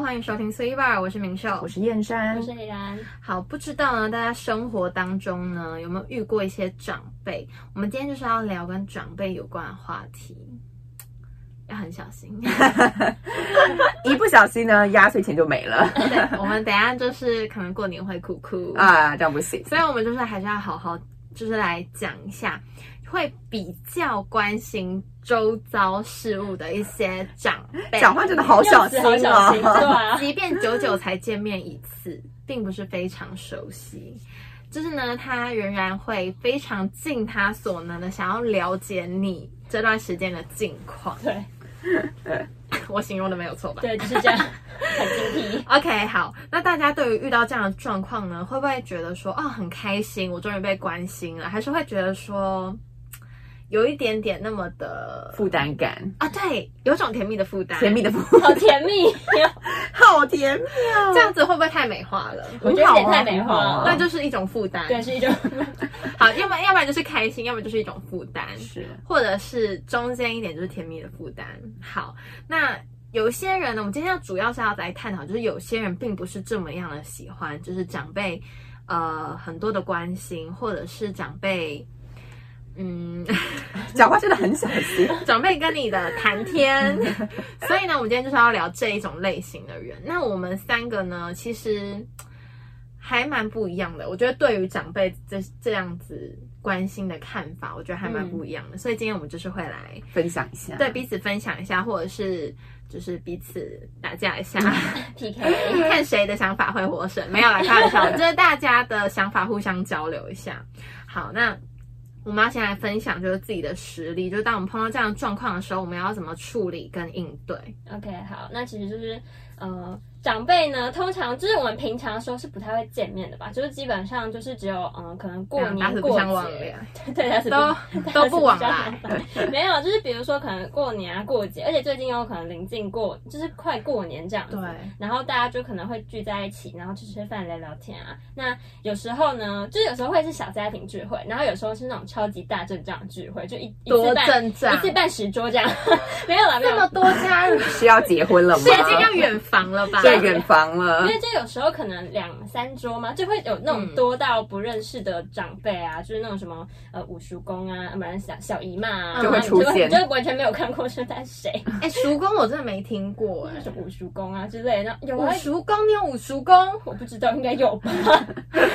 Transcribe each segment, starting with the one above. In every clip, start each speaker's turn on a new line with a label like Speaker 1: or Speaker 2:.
Speaker 1: 欢迎收听 C Bar，我是明秀，
Speaker 2: 我是燕山
Speaker 3: 我。是李然，
Speaker 1: 好，不知道呢，大家生活当中呢有没有遇过一些长辈？我们今天就是要聊跟长辈有关的话题，要很小心。
Speaker 2: 一不小心呢，压岁钱就没了
Speaker 1: 对，我们等一下就是可能过年会哭哭，
Speaker 2: 啊，这样不行。
Speaker 1: 所以我们就是还是要好好就是来讲一下，会比较关心周遭事物的一些长辈。
Speaker 2: 讲话真的好小心
Speaker 3: 好小心，对
Speaker 2: 哦。
Speaker 3: 啊，。
Speaker 1: 即便久久才见面一次，并不是非常熟悉。就是呢，他仍然会非常尽他所能的想要了解你这段时间的近况
Speaker 3: 对啊
Speaker 1: 我形容的没有错吧？
Speaker 3: 对，就是这样， 很精辟。
Speaker 1: OK，好，那大家对于遇到这样的状况呢，会不会觉得说，哦，很开心，我终于被关心了，还是会觉得说，有一点点那么的
Speaker 2: 负担感，
Speaker 1: 啊，对，有种甜蜜的负担，
Speaker 2: 甜蜜的负，
Speaker 3: 好甜蜜哟，
Speaker 2: 好甜啊蜜哦。
Speaker 1: 这样子会不会太美化了？
Speaker 3: 我觉得有点太美化了。
Speaker 1: 那就是一种负担，
Speaker 3: 对，是一种
Speaker 1: 好，要么要不然就是开心，要么就是一种负担，
Speaker 2: 是
Speaker 1: 或者是中间一点就是甜蜜的负担。好，那有些人呢，我们今天要主要是要来探讨，就是有些人并不是这么样的喜欢，就是长辈呃很多的关心，或者是长辈。嗯，
Speaker 2: 讲话真的很小心。
Speaker 1: 长辈跟你的谈天， 所以呢，我们今天就是要聊这一种类型的人。那我们三个呢，其实还蛮不一样的。我觉得对于长辈这这样子关心的看法，我觉得还蛮不一样的。所以今天我们就是会来
Speaker 2: 分享一下，
Speaker 1: 对，彼此分享一下，或者是就是彼此打架一下，
Speaker 3: PK。
Speaker 1: 看谁的想法会获胜。没有啦，开玩 笑，就是大家的想法互相交流一下。好，那我们要先来分享就是自己的实力，就是当我们碰到这样的状况的时候，我们要怎么处理跟应对。
Speaker 3: OK，好，那其实就是呃，长辈呢，通常就是我们平常的时候是不太会见面的吧，就是基本上就是只有嗯、可能过
Speaker 1: 嗯打死
Speaker 3: 年
Speaker 1: 不
Speaker 3: 过
Speaker 1: 相往
Speaker 3: 节，
Speaker 1: 来，
Speaker 3: 对，打死不
Speaker 1: 都都不往来。
Speaker 3: 没有，就是比如说可能过年啊、过节，而且最近有可能临近过，就是快过年这样子。
Speaker 1: 对。
Speaker 3: 然后大家就可能会聚在一起，然后吃吃饭、聊聊天啊。那有时候呢，就有时候会是小家庭聚会，然后有时候是那种超级大阵仗聚会，就一一
Speaker 1: 多
Speaker 3: 次办
Speaker 1: 阵仗
Speaker 3: 一次办十桌这样。 没有啦，没有
Speaker 1: 这么多家 人，
Speaker 2: 是要结婚了吗？
Speaker 1: 已经要远房了吧？
Speaker 2: 对远房了
Speaker 3: 因，为就有时候可能两三桌嘛，就会有那
Speaker 1: 嗯
Speaker 3: 种多到不认识的长辈啊，就是那种什么呃五叔公啊，不然小小姨妈啊，
Speaker 1: 就会
Speaker 3: 然后
Speaker 2: 出
Speaker 3: 你就
Speaker 2: 现
Speaker 3: 你就完全没有看过是他是谁，
Speaker 1: 哎，叔公我真的没听过哎
Speaker 3: 那。种五叔公啊之类的，有
Speaker 1: 五
Speaker 3: 啊，
Speaker 1: 叔公，你有五叔公？
Speaker 3: 我不知道，应该有吧，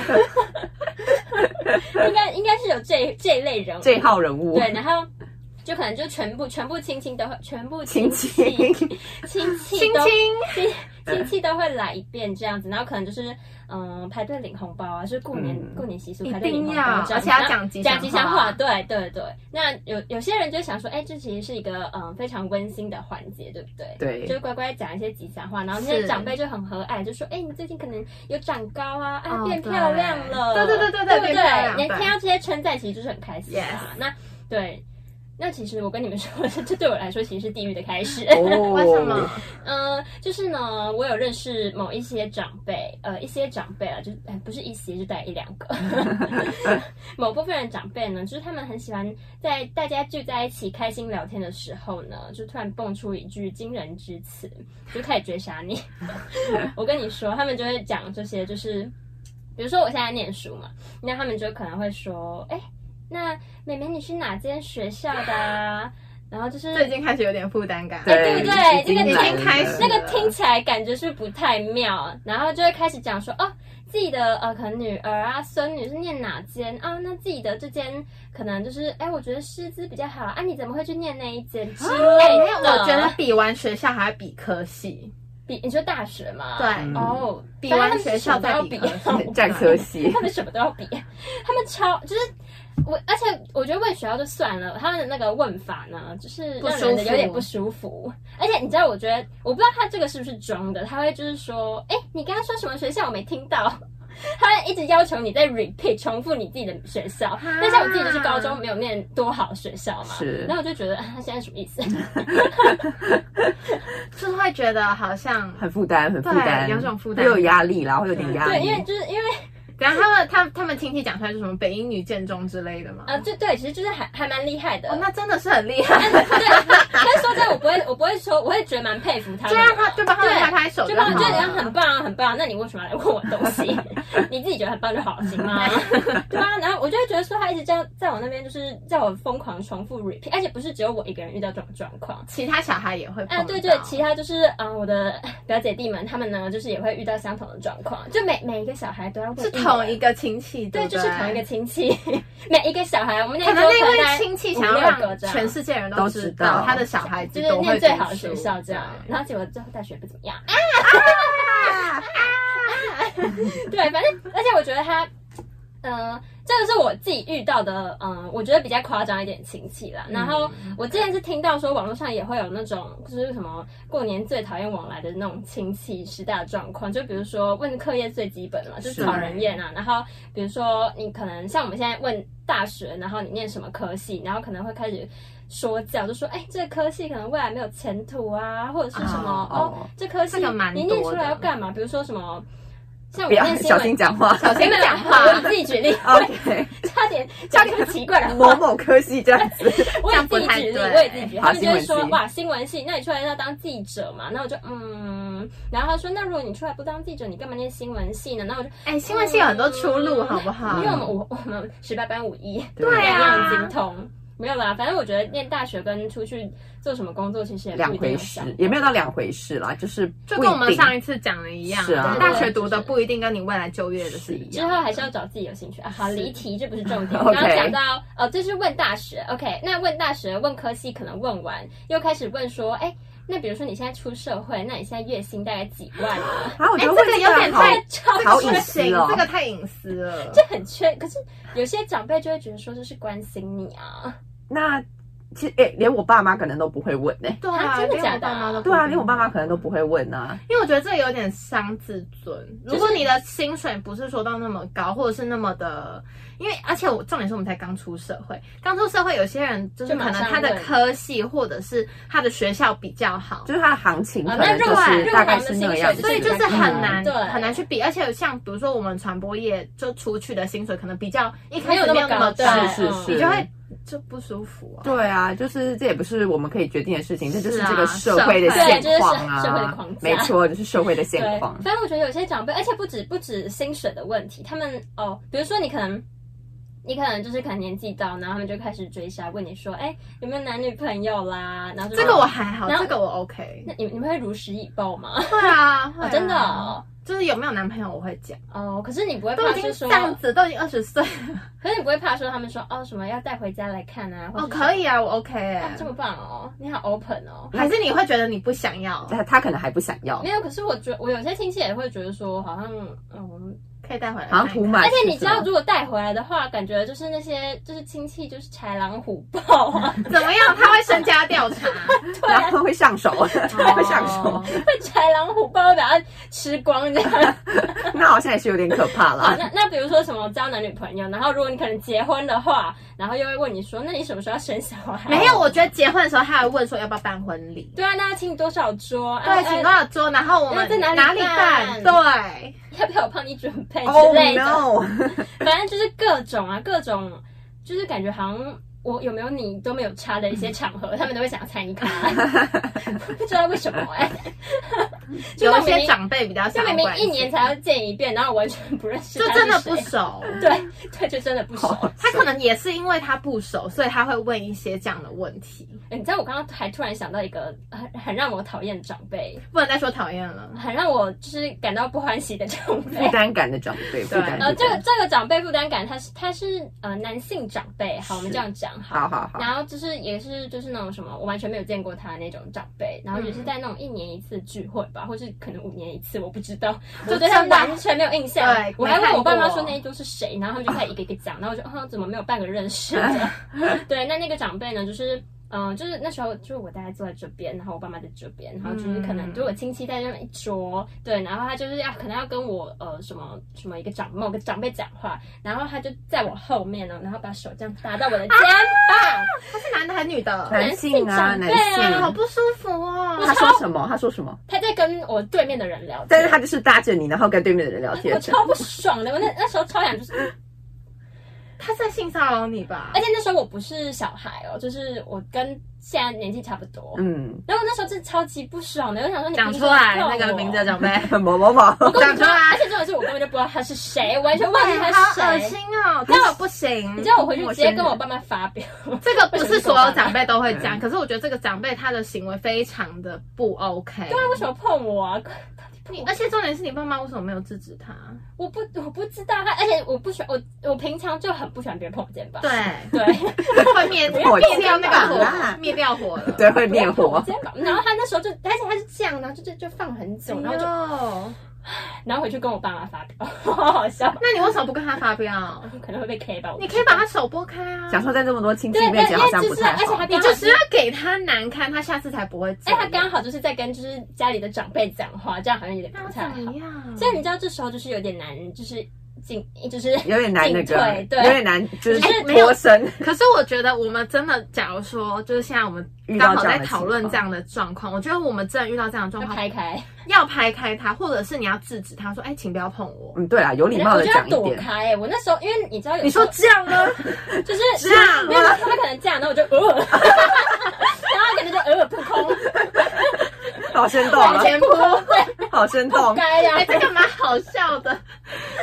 Speaker 3: 应该应该是有这这一类人物，
Speaker 2: 这一号人物，
Speaker 3: 对，然后。就可能就全部全部亲戚都会全部
Speaker 2: 亲
Speaker 3: 亲 戚
Speaker 2: 戚，
Speaker 3: 亲戚
Speaker 1: 亲
Speaker 3: 都
Speaker 1: 亲，
Speaker 3: 亲亲戚都会来一遍这样子，然后可能就是嗯排队领红包啊，就是过年、
Speaker 2: 嗯
Speaker 3: 过年习俗
Speaker 1: 一
Speaker 3: 排队领红
Speaker 1: 定要
Speaker 3: 包这样子，
Speaker 1: 而且要
Speaker 3: 然后
Speaker 1: 讲吉
Speaker 3: 讲
Speaker 1: 祥
Speaker 3: 吉祥
Speaker 1: 话
Speaker 3: 话，对对对。那有有些人就想说，哎、这其实是一个嗯非常温馨的环节，对不对？
Speaker 2: 对
Speaker 3: 就是乖乖讲一些吉祥话，然后那些
Speaker 1: 是
Speaker 3: 长辈就很和蔼，就说，哎、你最近可能有长高啊，啊、
Speaker 1: 哦
Speaker 3: 变漂亮了，
Speaker 1: 对对对对对
Speaker 3: 对不
Speaker 1: 变漂亮
Speaker 3: 你
Speaker 1: 对
Speaker 3: 听到这些称赞，其实就是很开心啊。那对。那其实我跟你们说， 这对我来说其实是地狱的开始。
Speaker 2: 哦
Speaker 1: 为什 么？
Speaker 3: 嗯，就是呢，我有认识某一些长辈，呃，一些长辈啊，就是、哎不是一些，就大概一两个。某部分的长辈呢，就是他们很喜欢在大家聚在一起开心聊天的时候呢，就突然蹦出一句惊人之词，就开始追杀你。 我跟你说，他们就会讲这些，就是比如说我现在念书嘛，那他们就可能会说，哎、那妹妹你是哪间学校的啊？然后就是
Speaker 1: 这已经开始有点负担感。
Speaker 3: 哎对不对
Speaker 2: 已经
Speaker 3: 这个
Speaker 2: 来
Speaker 1: 已经
Speaker 2: 了
Speaker 1: 开始
Speaker 3: 那个听起来感觉是不太妙，然后就会开始讲说哦，自己的呃可能女儿啊、孙女是念哪间啊、那自己的这间可能就是哎，我觉得师资比较好啊，你怎么会去念那一间之类
Speaker 1: 哦没有，
Speaker 3: 的？
Speaker 1: 我觉得比完学校还要比科系，
Speaker 3: 比你说大学嘛，
Speaker 1: 对
Speaker 2: 嗯
Speaker 3: 哦，
Speaker 1: 比
Speaker 3: 反正
Speaker 1: 完学校再
Speaker 3: 他们
Speaker 1: 比
Speaker 3: 什么
Speaker 1: 科
Speaker 3: 都要比。
Speaker 1: 系，
Speaker 2: 占科系，
Speaker 3: 他们什么都要比，他们超就是我，而且我觉得问学校就算了，他们的那个问法呢，就是让人的有点不舒服。而且你知道，我觉得我不知道他这个是不是装的，他会就是说，哎、你刚刚说什么学校我没听到。 他会一直要求你在 repeat 重复你自己的学校，但是我自己就是高中没有念多好的学校嘛，
Speaker 2: 是
Speaker 3: 然后我就觉得啊他现在什么意思？
Speaker 1: 就是会觉得好像
Speaker 2: 很负担，很负担，
Speaker 1: 对有种负担
Speaker 2: 会有压力啦，会有点压哦
Speaker 3: 对，
Speaker 2: 力
Speaker 3: 因，为就是因为
Speaker 1: 然后他们他他们亲戚讲出来是什么北英女建中之类的吗？
Speaker 3: 啊，就对，其实就是还还蛮厉害的。
Speaker 1: 哦，那真的是很厉害。
Speaker 3: 对，但是说真的，我不会，我不会说，我会觉得蛮佩服他
Speaker 1: 就
Speaker 3: 们
Speaker 1: 让
Speaker 3: 的。
Speaker 1: 他就帮他们拍拍手
Speaker 3: 啊就
Speaker 1: 好
Speaker 3: 帮
Speaker 1: 了。
Speaker 3: 我觉得很棒啊，很棒。那你为什么要来问我东西？ 你自己觉得很棒就好，行 吗？对啊，然后我就会觉得说，他一直这样在我那边，就是叫我疯狂重复 repeat，而且不是只有我一个人遇到这种状况。
Speaker 1: 其他小孩也会碰
Speaker 3: 啊，
Speaker 1: 到。
Speaker 3: 对对，其他就是嗯、呃我的表姐弟们，他们呢就是也会遇到相同的状况，就每每一个小孩都要问
Speaker 1: 是
Speaker 3: 人
Speaker 1: 同一个亲戚，
Speaker 3: 对，
Speaker 1: 不
Speaker 3: 就是同一个。亲戚， 每一个小孩，我们那
Speaker 1: 可
Speaker 3: 一
Speaker 1: 能
Speaker 3: 桌
Speaker 1: 那一
Speaker 3: 大
Speaker 1: 位
Speaker 3: 概
Speaker 1: 亲戚
Speaker 3: 五
Speaker 1: 想要
Speaker 3: 六个
Speaker 1: 让
Speaker 3: 这样
Speaker 1: 全世界人
Speaker 2: 都
Speaker 1: 知
Speaker 2: 知道
Speaker 1: 他的小孩子
Speaker 3: 就是
Speaker 1: 都
Speaker 3: 念
Speaker 1: 会
Speaker 3: 最
Speaker 1: 读
Speaker 3: 好的学
Speaker 1: 书
Speaker 3: 校这样，然后结果最后大学不怎么样。 对，反正而且我觉得他，呃，这个是我自己遇到的，嗯、我觉得比较夸张一点亲戚啦。然后我之前是听到说网络上也会有那种，就是什么过年最讨厌往来的那种亲戚十大状况，就比如说问课业最基本了，就是
Speaker 2: 是
Speaker 3: 讨人厌啊。然后比如说你可能像我们现在问大学，然后你念什么科系，然后可能会开始。说教就说，哎、这个科系可能未来没有前途啊，或者是什么哦
Speaker 2: 哦
Speaker 3: 这科系
Speaker 1: 这个蛮
Speaker 3: 你念
Speaker 1: 多
Speaker 3: 出来
Speaker 1: 的
Speaker 3: 要干嘛？比如说什么，像我
Speaker 2: 不要
Speaker 3: 念新
Speaker 2: 哎小
Speaker 3: 闻
Speaker 2: 心讲话。哦
Speaker 1: 小心讲话
Speaker 3: 没有我自己举例，
Speaker 2: OK，
Speaker 3: 差点差点奇怪 的
Speaker 2: 某
Speaker 3: 话，
Speaker 2: 某科系这样子，
Speaker 3: 我也自己举例，
Speaker 1: 这样不太对
Speaker 3: 我也自己举例，
Speaker 2: 好
Speaker 3: 他们就会
Speaker 2: 新
Speaker 3: 说
Speaker 2: 闻系
Speaker 3: 哇，新闻系，那你出来要当记者嘛？那我就嗯，然后他说，那如果你出来不当记者，你干嘛念新闻系呢？那我就
Speaker 1: 哎，新闻系有很多出路，好不好
Speaker 3: 嗯因为？我们我我们十八般武 艺，
Speaker 1: 对
Speaker 3: 两
Speaker 1: 啊
Speaker 3: 样精通。没有啦，反正我觉得念大学跟出去做什么工作其实也不
Speaker 2: 两
Speaker 3: 一定
Speaker 2: 回
Speaker 3: 有相
Speaker 2: 事
Speaker 3: 关，
Speaker 2: 也没有到两回事啦，就是
Speaker 1: 就
Speaker 2: 不
Speaker 1: 跟我
Speaker 2: 一
Speaker 1: 们
Speaker 2: 定。
Speaker 1: 上一次讲的一样，
Speaker 2: 是啊
Speaker 1: 大学读的不一定跟你未来就业的是一
Speaker 3: 之
Speaker 1: 样。
Speaker 3: 后还是要找自己有兴趣啊。好，离题，这不是 重点。
Speaker 2: OK
Speaker 3: 刚刚讲到，呃，这是问大学，OK，那问大学，问科系，可能问完又开始问说，哎，那比如说你现在出社会，那你现在月薪大概几万啊？
Speaker 2: 啊，我觉得
Speaker 1: 哎
Speaker 2: 问
Speaker 1: 这个
Speaker 2: 这
Speaker 1: 有点
Speaker 2: 好
Speaker 1: 太
Speaker 3: 超
Speaker 2: 好
Speaker 1: 这
Speaker 2: 隐
Speaker 1: 个
Speaker 2: 私
Speaker 1: 行
Speaker 2: 哦，
Speaker 1: 这个太隐私了。
Speaker 3: 这很缺，可是有些长辈就会觉得说这是关心你啊，
Speaker 2: 那其实诶、连我爸妈可能都不会问呢、
Speaker 1: 对
Speaker 3: 啊真的假的啊
Speaker 1: 嗯
Speaker 2: 对啊，连我爸妈可能都不会问啊。
Speaker 1: 因为我觉得这有点伤自尊。如果你的薪水不是说到那么高，或者是那么的，因为而且我重点是我们才刚出社会，刚出社会有些人就是
Speaker 3: 就马
Speaker 1: 可能
Speaker 3: 上
Speaker 1: 他的
Speaker 3: 问
Speaker 1: 科系或者是他的学校比较好，
Speaker 2: 就是它的行情
Speaker 3: 啊
Speaker 2: 可能
Speaker 3: 那
Speaker 2: 就
Speaker 3: 入
Speaker 2: 是
Speaker 3: 入
Speaker 2: 大
Speaker 3: 行
Speaker 2: 概
Speaker 3: 的
Speaker 2: 是
Speaker 3: 薪
Speaker 2: 那
Speaker 3: 水
Speaker 2: 样啊子，
Speaker 3: 就
Speaker 1: 所以
Speaker 3: 是
Speaker 1: 就是很难
Speaker 3: 嗯对
Speaker 1: 很难去比。而且像比如说我们传播业就出去的薪水可能比较一开
Speaker 3: 没有
Speaker 1: 始
Speaker 3: 那
Speaker 1: 没
Speaker 3: 么
Speaker 1: 有那
Speaker 3: 高，
Speaker 1: 么
Speaker 3: 对
Speaker 1: 高，
Speaker 2: 是
Speaker 3: 嗯
Speaker 2: 是
Speaker 1: 你就会就不舒服啊。
Speaker 2: 对啊，就是这也不是我们可以决定的事情，这就是
Speaker 1: 是啊
Speaker 2: 这个社会的
Speaker 1: 社会
Speaker 2: 现
Speaker 3: 对
Speaker 2: 况
Speaker 3: 就是社社会的
Speaker 2: 啊
Speaker 3: 框，架
Speaker 2: 没错，就是社会的现
Speaker 3: 对，
Speaker 2: 况。
Speaker 3: 反正我觉得有些长辈，而且不止不止薪水的问题，他们哦，比如说你可能。你可能就是可能年纪到，然后他们就开始追杀，问你说，哎、有没有男女朋友啦？然后就
Speaker 1: 这个我还好，
Speaker 3: 然后
Speaker 1: 这个我 OK。
Speaker 3: 那你们你们会如实以报吗？
Speaker 1: 会啊，会
Speaker 3: 哦
Speaker 1: 啊，
Speaker 3: 真的哦，
Speaker 1: 就是有没有男朋友我会讲，
Speaker 3: 哦，可是你不会
Speaker 1: 都
Speaker 3: 怕
Speaker 1: 已经
Speaker 3: 是
Speaker 1: 这
Speaker 3: 说，
Speaker 1: 样子，都已经二十岁了。
Speaker 3: 可是你不会怕说他们说哦什么要带回家来看啊？或
Speaker 1: 哦，
Speaker 3: 者是
Speaker 1: 可以啊，我 OK
Speaker 3: 哦
Speaker 1: 哎、
Speaker 3: 这么棒哦，你好 open 哦。
Speaker 1: 还是你会觉得你不想要，
Speaker 2: 但他可能还不想要
Speaker 3: 没，有，可是我觉我有些亲戚也会觉得说，好像嗯，
Speaker 1: 可以带回来看一看。
Speaker 2: 好像图满。
Speaker 3: 而且你知道，
Speaker 2: 是吗
Speaker 3: 如果带回来的话，感觉就是那些就是亲戚就是豺狼虎豹 啊，
Speaker 1: 怎么样？他会身家调 查，
Speaker 2: 然后会上手，他会上手
Speaker 1: 哦，
Speaker 3: 会豺狼虎豹会把它吃光这 样。
Speaker 2: 那好像也是有点可怕
Speaker 3: 好
Speaker 2: 啦。
Speaker 3: 那那比如说什么交男女朋友，然后如果你可能结婚的话，然后又会问你说，那你什么时候要生小孩？
Speaker 1: 没有，我觉得结婚的时候他还问说要不要办婚礼。
Speaker 3: 对啊，那要请你多少桌？啊
Speaker 1: 对，请多少桌，然后我
Speaker 3: 那
Speaker 1: 们
Speaker 3: 哎在哪里
Speaker 1: 哪里办？
Speaker 3: 办
Speaker 1: 对，
Speaker 3: 要不要我帮你准备哎
Speaker 1: 哦
Speaker 3: 之
Speaker 2: Oh
Speaker 3: 类的
Speaker 2: no！
Speaker 3: 反正就是各种啊，各种，就是感觉好像我有没有你都没有差的一些场 合，他们都会想要参与卡，不知道为什么 哎、就
Speaker 1: 有
Speaker 3: 那
Speaker 1: 一
Speaker 3: 种明
Speaker 1: 些
Speaker 3: 明
Speaker 1: 长辈比较想
Speaker 3: 就明
Speaker 1: 要
Speaker 3: 明
Speaker 1: 关
Speaker 3: 一
Speaker 1: 心，
Speaker 3: 年才要见一遍，然后我完全不认识
Speaker 1: 就
Speaker 3: 他是谁，
Speaker 1: 真的不熟。 哦
Speaker 3: 对对，就真的不熟。
Speaker 1: 他可能也是因为他不熟，所以他会问一些这样的问题。
Speaker 3: 欸你知道我刚刚还突然想到一个很很让我讨厌的长辈，
Speaker 1: 不能再说讨厌了，
Speaker 3: 很让我就是感到不欢喜的长辈
Speaker 2: 负。担感的长 辈，负
Speaker 1: 对
Speaker 2: 担
Speaker 3: 呃，
Speaker 2: 负
Speaker 3: 这个
Speaker 2: 担。
Speaker 3: 这个长辈负担感，他是他是呃男性长辈，好，我们这样讲好。
Speaker 2: 好好好，
Speaker 3: 然后就是也是就是那种什么，我完全没有见过他那种长辈，然后也是在那种一年一次聚会吧，或是可能五年一次，我不知道，我对他
Speaker 1: 真的
Speaker 3: 完全没有印象
Speaker 1: 对。
Speaker 3: 我还问我爸妈
Speaker 1: 没看过
Speaker 3: 说那一桌是谁，啊然后他们就开始一个一个讲，然后我就嗯怎么没有半个认识的？对，那那个长辈呢，就是。嗯，就是那时候就是我大概坐在这边，然后我爸妈在这边，然后就是可能
Speaker 1: 嗯
Speaker 3: 就我亲戚在那边一桌，对，然后他就是要可能要跟我呃什么什么一个长某个长辈讲话，然后他就在我后面呢，然后把手这样搭到我的肩膀，
Speaker 1: 他是男的还是女的？
Speaker 2: 男性啊，男
Speaker 3: 男性长辈啊
Speaker 1: 好
Speaker 2: 性。
Speaker 1: 不舒服哦。
Speaker 2: 他说什么？他说什么？
Speaker 3: 他在跟我对面的人聊天，
Speaker 2: 但是他就是搭着你，然后跟对面的人聊天
Speaker 3: 我。超不爽的，我那那时候超想就是，
Speaker 1: 他在性骚扰你吧
Speaker 3: 而？且那时候我不是小孩哦，就是我跟现在年纪差不多，
Speaker 2: 嗯，
Speaker 3: 然后我那时候真的超级不爽的，我想 说你
Speaker 1: 讲
Speaker 3: 凭
Speaker 1: 出
Speaker 3: 什么
Speaker 1: 来
Speaker 3: 碰
Speaker 1: 那个
Speaker 3: 我
Speaker 1: 名字的长辈，
Speaker 2: 某某某，
Speaker 3: 我根本
Speaker 1: 讲
Speaker 3: 不
Speaker 1: 出
Speaker 3: 知道
Speaker 1: 来
Speaker 3: 哦啊而且重点是我根本就不知道他是 谁，我完全忘记
Speaker 1: 对，
Speaker 3: 他
Speaker 1: 好
Speaker 3: 是
Speaker 1: 恶
Speaker 3: 谁
Speaker 1: 心。哦。那我不行，
Speaker 3: 你知道我回去直接跟我
Speaker 1: 生
Speaker 3: 爸妈发表，
Speaker 1: 气。这个不是所有长辈都会讲，可是我觉得这个长辈他的行为非常的不 OK。
Speaker 3: 对啊，为什么碰我啊？ 到底碰
Speaker 1: 你
Speaker 3: 我
Speaker 1: 而且重点是你爸妈为什么没有制止他？
Speaker 3: 我不我不知道他，而且我不喜欢我我平常就很不喜欢别人碰我肩膀。
Speaker 1: 对，
Speaker 3: 对，
Speaker 1: 会灭
Speaker 2: 火
Speaker 1: 灭掉那
Speaker 2: 箭
Speaker 1: 个
Speaker 2: 吧
Speaker 1: 火，灭掉火了。
Speaker 2: 对，会
Speaker 3: 不要
Speaker 2: 灭
Speaker 3: 碰我
Speaker 2: 火。
Speaker 3: 肩膀。然后他那时候就，而且他是这样，然后就就就放很
Speaker 1: 哎
Speaker 3: 久，然后就
Speaker 1: 就
Speaker 3: 然后回去跟我爸妈发表，好好笑，
Speaker 1: 哦那你为什么不跟他发飙？
Speaker 3: 可能会被 K 吧。我
Speaker 1: 你可以把他手拨开啊。
Speaker 2: 想说在这么多亲戚
Speaker 3: 对，
Speaker 2: 面
Speaker 3: 但
Speaker 2: 前
Speaker 3: 因
Speaker 2: 好
Speaker 3: 为
Speaker 2: 像
Speaker 3: 就
Speaker 2: 不
Speaker 3: 是，
Speaker 2: 太
Speaker 3: 而且
Speaker 2: 好
Speaker 3: 他。
Speaker 1: 你
Speaker 3: 刚好
Speaker 1: 就是要给他难看，他下次才不会这
Speaker 3: 哎，
Speaker 1: 样。
Speaker 3: 他刚好就是在跟就是家里的长辈讲话，这样好像有点
Speaker 1: 那
Speaker 3: 不
Speaker 1: 要
Speaker 3: 太好
Speaker 1: 怎。么样？
Speaker 3: 所以你知道这时候就是有点难，就是进，就是
Speaker 2: 有点难那
Speaker 3: 进
Speaker 2: 个，
Speaker 3: 退对
Speaker 2: 有点难，就是
Speaker 1: 哎没有
Speaker 2: 脱身。
Speaker 1: 可是我觉得我们真的，假如说就是现在我们
Speaker 2: 遇
Speaker 1: 刚
Speaker 2: 到
Speaker 1: 好
Speaker 2: 这
Speaker 1: 在
Speaker 2: 样的
Speaker 1: 讨
Speaker 2: 情
Speaker 1: 论
Speaker 2: 况
Speaker 1: 这样的状况，我觉得我们真的遇到这样的状
Speaker 3: 要
Speaker 1: 况，
Speaker 3: 拍开，
Speaker 1: 要拍开他，或者是你要制止他说：“哎，请不要碰我。
Speaker 2: 嗯，对啦，有礼貌
Speaker 3: 我
Speaker 2: 的
Speaker 3: 就要
Speaker 2: 讲一
Speaker 3: 躲
Speaker 2: 点。
Speaker 3: 开、哎我那时候因为你知
Speaker 2: 嗯
Speaker 3: 道”有
Speaker 1: 你
Speaker 3: 时候
Speaker 1: 说这样 呢？
Speaker 3: 就是
Speaker 1: 这样
Speaker 3: 没有他可能这样，然后我就呃，然后可能就呃扑空，
Speaker 2: 好生动
Speaker 1: 往
Speaker 2: 啊，
Speaker 1: 前扑，
Speaker 2: 好生动，
Speaker 3: 该呀、
Speaker 1: 哎，这个蛮好笑的，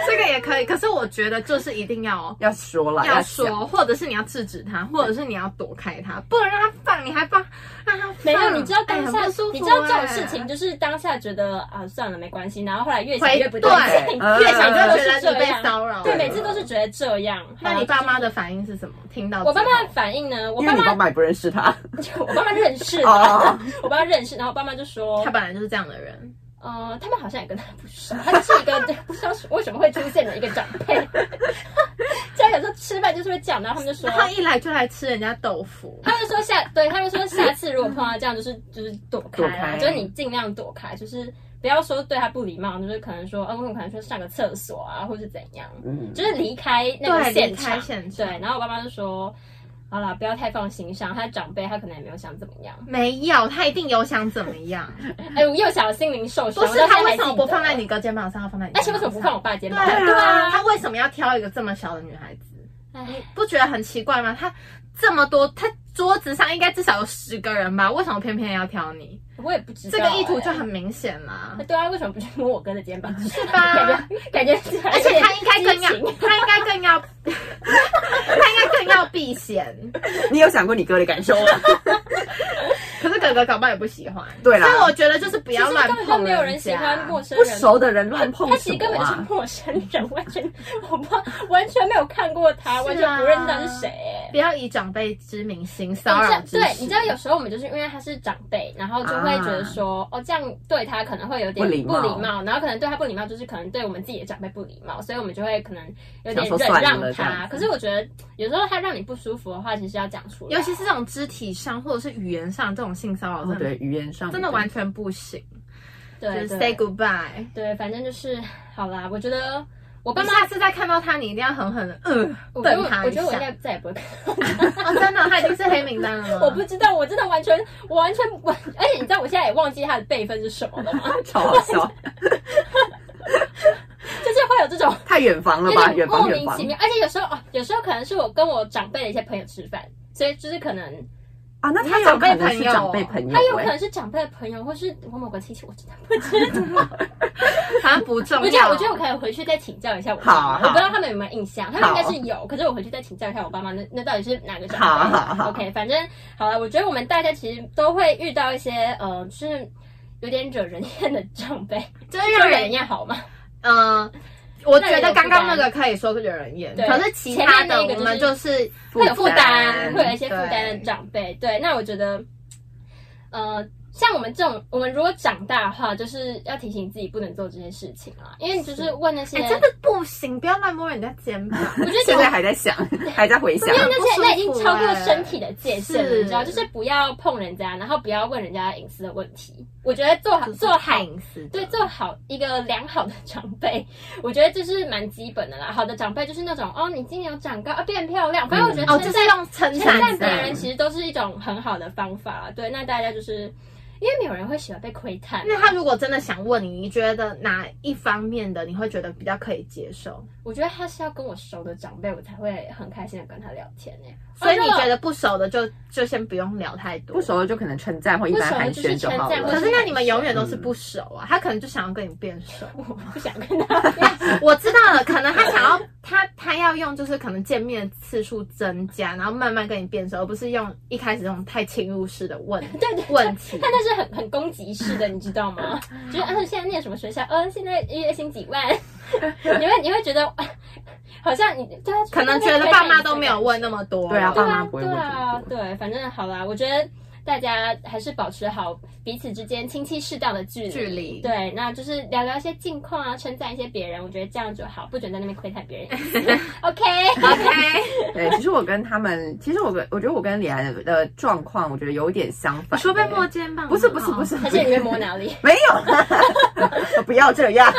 Speaker 1: 这个也可以。可是我觉得就是一定要哦
Speaker 2: 要说了，
Speaker 1: 要
Speaker 2: 想
Speaker 1: 说，或者是你要制止他，或者是你要躲开他，不能让他放，你还放让他放。
Speaker 3: 没有，你知道当
Speaker 1: 哎
Speaker 3: 下，
Speaker 1: 很不舒服
Speaker 3: 你知道这种
Speaker 1: 哎
Speaker 3: 事 情就是当下觉得啊算了没关系，然后后来越想
Speaker 1: 回
Speaker 3: 越不
Speaker 1: 对
Speaker 3: 劲，
Speaker 2: 嗯
Speaker 3: 越
Speaker 1: 哦越想
Speaker 3: 想
Speaker 1: 就
Speaker 3: 越
Speaker 1: 觉
Speaker 3: 是
Speaker 1: 得
Speaker 3: 这
Speaker 1: 你被
Speaker 3: 样，
Speaker 1: 骚
Speaker 2: 哦
Speaker 1: 扰。
Speaker 3: 对，每次都是觉得这样。
Speaker 1: 那
Speaker 2: 啊
Speaker 3: 好
Speaker 1: 你爸妈的反应是什么？听到
Speaker 3: 我爸妈
Speaker 1: 之
Speaker 3: 的
Speaker 1: 后
Speaker 3: 反应呢？我
Speaker 2: 因
Speaker 3: 爸
Speaker 2: 为你
Speaker 3: 妈
Speaker 2: 爸妈也不认识他，
Speaker 3: 我爸妈认识的
Speaker 2: 哦，
Speaker 3: 我爸妈认识，然后我爸妈就说
Speaker 1: 他，本来就是这样的人，
Speaker 3: 呃，他们好像也跟他不熟，他就是一个不知道是为什么会出现的一个长辈。 这样有时候吃饭就是会讲，然后他们就说，
Speaker 1: 他一来就来吃人家豆腐。
Speaker 3: 他们说下，对他们说下次如果碰到这样，就是就是躲开
Speaker 2: 躲
Speaker 3: 啦，
Speaker 2: 开
Speaker 3: 就是你尽量躲开，就是不要说对他不礼貌，就是可能说，嗯，我可能说上个厕所啊，或是怎样，
Speaker 2: 嗯，
Speaker 3: 就是离开那个
Speaker 1: 对
Speaker 3: 现
Speaker 1: 离
Speaker 3: 场。
Speaker 1: 开现场
Speaker 3: 对，然后我爸妈就说，好啦，不要太放心上，他长辈他可能也没有想怎么 样。
Speaker 1: 没有，他一定有想怎么样？
Speaker 3: 哎，我幼小心灵受伤，
Speaker 1: 不是
Speaker 3: 我到
Speaker 1: 他
Speaker 3: 现在还
Speaker 1: 为什么
Speaker 3: 记得
Speaker 1: 不放在？你哥肩膀上，要放在你？
Speaker 3: 而且为什么不放？我爸肩
Speaker 1: 对
Speaker 3: 膀？
Speaker 1: 啊，他
Speaker 3: 啊，
Speaker 1: 为什么要挑一个这么小的女孩子？
Speaker 3: 哎，
Speaker 1: 不觉得很奇怪吗？他这么多，他桌子上应该至少有十个人吧？为什么偏偏要挑你？
Speaker 3: 我也不知道
Speaker 1: 这个意
Speaker 3: 哎
Speaker 1: 图就很明显啦。
Speaker 3: 对啊，为什么不去摸我哥的肩膀？ 是
Speaker 1: 吧
Speaker 3: 感觉感觉，
Speaker 1: 而
Speaker 3: 而
Speaker 1: 且他应该更要，他应该更要， 他应该更要避嫌。
Speaker 2: 你有想过你哥的感受吗？
Speaker 1: 可是哥哥搞不好也不喜欢。
Speaker 2: 对啦
Speaker 1: 所以我觉得就是不要乱
Speaker 3: 其实根本
Speaker 1: 碰
Speaker 3: 就
Speaker 1: 家
Speaker 3: 没有人喜欢陌生
Speaker 2: 不
Speaker 3: 人，
Speaker 2: 熟的人乱碰
Speaker 3: 他其
Speaker 2: 什
Speaker 3: 实根
Speaker 2: 么
Speaker 3: 本就是
Speaker 2: 啊？
Speaker 3: 陌生人，完全我不完全没有看过他，
Speaker 1: 是啊
Speaker 3: 完全不认得是谁。哎
Speaker 1: 不要以长辈之名行骚扰
Speaker 3: 你
Speaker 1: 之
Speaker 3: 知
Speaker 1: 实。
Speaker 3: 道对，你知道有时候我们就是因为他是长辈，然后就会觉得说，哦，这样对他可能会有点
Speaker 2: 啊不礼貌
Speaker 3: 貌然后可能对他不礼貌，就是可能对我们自己的长辈不礼貌，所以我们就会可能有
Speaker 2: 想
Speaker 3: 点
Speaker 2: 说
Speaker 3: 忍
Speaker 2: 算了
Speaker 3: 让
Speaker 2: 这样
Speaker 3: 他。
Speaker 2: 子
Speaker 3: 可是我觉得有时候他让你不舒服的话，其实要讲出来，
Speaker 1: 尤其是这种肢体上或者是语言上这种性骚扰，
Speaker 2: 哦，
Speaker 1: 真的、
Speaker 2: 对，语言上
Speaker 1: 真的完全不行。
Speaker 3: 对
Speaker 1: 就是
Speaker 3: 对
Speaker 1: say goodbye。
Speaker 3: 对，反正就是好啦。我觉得我
Speaker 1: 我
Speaker 3: 爸
Speaker 1: 爸
Speaker 3: 妈
Speaker 1: 妈，下次再看到他，你一定要狠狠的，嗯，
Speaker 3: 我觉得
Speaker 1: 瞪
Speaker 3: 我
Speaker 1: 他
Speaker 3: 我
Speaker 1: 一下
Speaker 3: 觉得我应。该再也不会看到他
Speaker 1: 哦，真的，他已经是黑名单了吗
Speaker 2: 嗯
Speaker 3: 我不知道，我真的完全，我完全完， 而且你知道我现在也忘记他的辈分是什么了吗？
Speaker 2: 超好笑，
Speaker 3: 就是会有这种
Speaker 2: 太远房了
Speaker 3: 有
Speaker 2: 吧？
Speaker 3: 点
Speaker 2: 远
Speaker 3: 莫
Speaker 2: 房远
Speaker 3: 名
Speaker 2: 房
Speaker 3: 其妙，而且有时候哦，有时候可能是我跟我长辈的一些朋友吃饭，所以就是可能啊
Speaker 2: 啊，那他
Speaker 1: 你
Speaker 2: 有
Speaker 1: 长辈
Speaker 2: 可能是
Speaker 1: 朋友
Speaker 2: 长辈朋友
Speaker 3: 他有可
Speaker 2: 欸，
Speaker 3: 能是长辈的朋友，或是我某个亲戚，我真的不知道。
Speaker 1: 反正不重
Speaker 3: 我觉得
Speaker 1: 要。
Speaker 3: 我觉得我可以回去再请教一下我
Speaker 2: 好
Speaker 3: 爸妈，
Speaker 2: 好
Speaker 3: 我不知道他们有没有印象，他们应该是有，可是我回去再请教一下我爸妈，那那到底是哪个长辈
Speaker 2: 好好好
Speaker 3: o k 反正好了，我觉得我们大家其实都会遇到一些呃，就是有点惹人厌的长辈，
Speaker 1: 就是
Speaker 3: 惹
Speaker 1: 让
Speaker 3: 人
Speaker 1: 人，
Speaker 3: 厌好吗？
Speaker 1: 嗯，我觉得刚刚那个可以说是惹人厌，
Speaker 3: 对
Speaker 1: 可是其他的
Speaker 3: 前面
Speaker 1: 我
Speaker 3: 那个就是
Speaker 1: 们就是
Speaker 3: 会有负担，
Speaker 2: 负担
Speaker 3: 会有一些负担的长辈。对，那我觉得，呃，像我们这种，我们如果长大的话，就是要提醒自己不能做这些事情啊，因为你就是问那些，
Speaker 1: 哎、真的不行，不要乱摸人家肩膀。
Speaker 3: 我觉得
Speaker 2: 现在还在想，还在回想
Speaker 1: 因。为
Speaker 3: 那些那已经超过身体的界限了，
Speaker 1: 欸是
Speaker 3: 你知道，就是不要碰人家，然后不要问人家隐私的问题。我觉得做好做好
Speaker 1: 太隐私的，
Speaker 3: 对，做好一个良好的长辈，我觉得这是蛮基本的啦。好的长辈就是那种哦，你今年有长高啊，变漂亮。反正我觉得
Speaker 1: 哦，
Speaker 3: 称
Speaker 1: 就
Speaker 3: 赞
Speaker 1: 是用称
Speaker 3: 称
Speaker 1: 赞
Speaker 3: 赞
Speaker 1: 的
Speaker 3: 别人其实都是一种很好的方法啊啦。对，那大家就是因为没有人会喜欢被窥探，啊
Speaker 1: 那他如果真的想问你，你觉得哪一方面的你会觉得比较可以接受？
Speaker 2: 哦
Speaker 3: 我觉得他是要跟我熟的长辈，我才会很开心的跟他聊天呢、
Speaker 1: 所以
Speaker 3: 哦
Speaker 1: 你
Speaker 3: 如果
Speaker 1: 觉得不熟的就就先不用聊太多。
Speaker 2: 不。熟了就可能称赞或一般寒暄就嗯好
Speaker 3: 不熟的就是称赞或
Speaker 1: 可
Speaker 2: 了。
Speaker 1: 是那你们永远都是不熟啊，他可能就想要跟你变熟。
Speaker 3: 我不想跟他 聊天，
Speaker 1: 我知道了，可能他想要他他要用就是可能见面次数增加，然后慢慢跟你变熟，而不是用一开始那种太侵入式的问
Speaker 3: 对对
Speaker 1: 问题。
Speaker 3: 但那是很很攻击式的，你知道吗？就是嗯，现在念什么学校？嗯，现在月薪几万？ 你会你会觉得 啊好像你对啊，
Speaker 1: 可能觉得爸妈都没有问那么多，
Speaker 2: 对啊，
Speaker 3: 对
Speaker 2: 爸
Speaker 3: 啊，
Speaker 2: 妈不会
Speaker 3: 对
Speaker 2: 问这么
Speaker 3: 啊
Speaker 2: 多，。
Speaker 3: 对，反正好啦，我觉得。大家还是保持好彼此之间亲戚适当的距离，
Speaker 1: 距离
Speaker 3: 对，那就是聊聊一些近况啊，称赞一些别人，我觉得这样就好，不准在那边窥探别人。OK，
Speaker 1: OK，
Speaker 2: 对，其实我跟他们，其实我跟我觉得我跟李安的的状况，我觉得有点相
Speaker 1: 你
Speaker 2: 反。
Speaker 1: 说被摸肩膀？
Speaker 2: 不是不是不，是，
Speaker 3: 而且你会摸 哪里？
Speaker 2: 没有，不要这 样，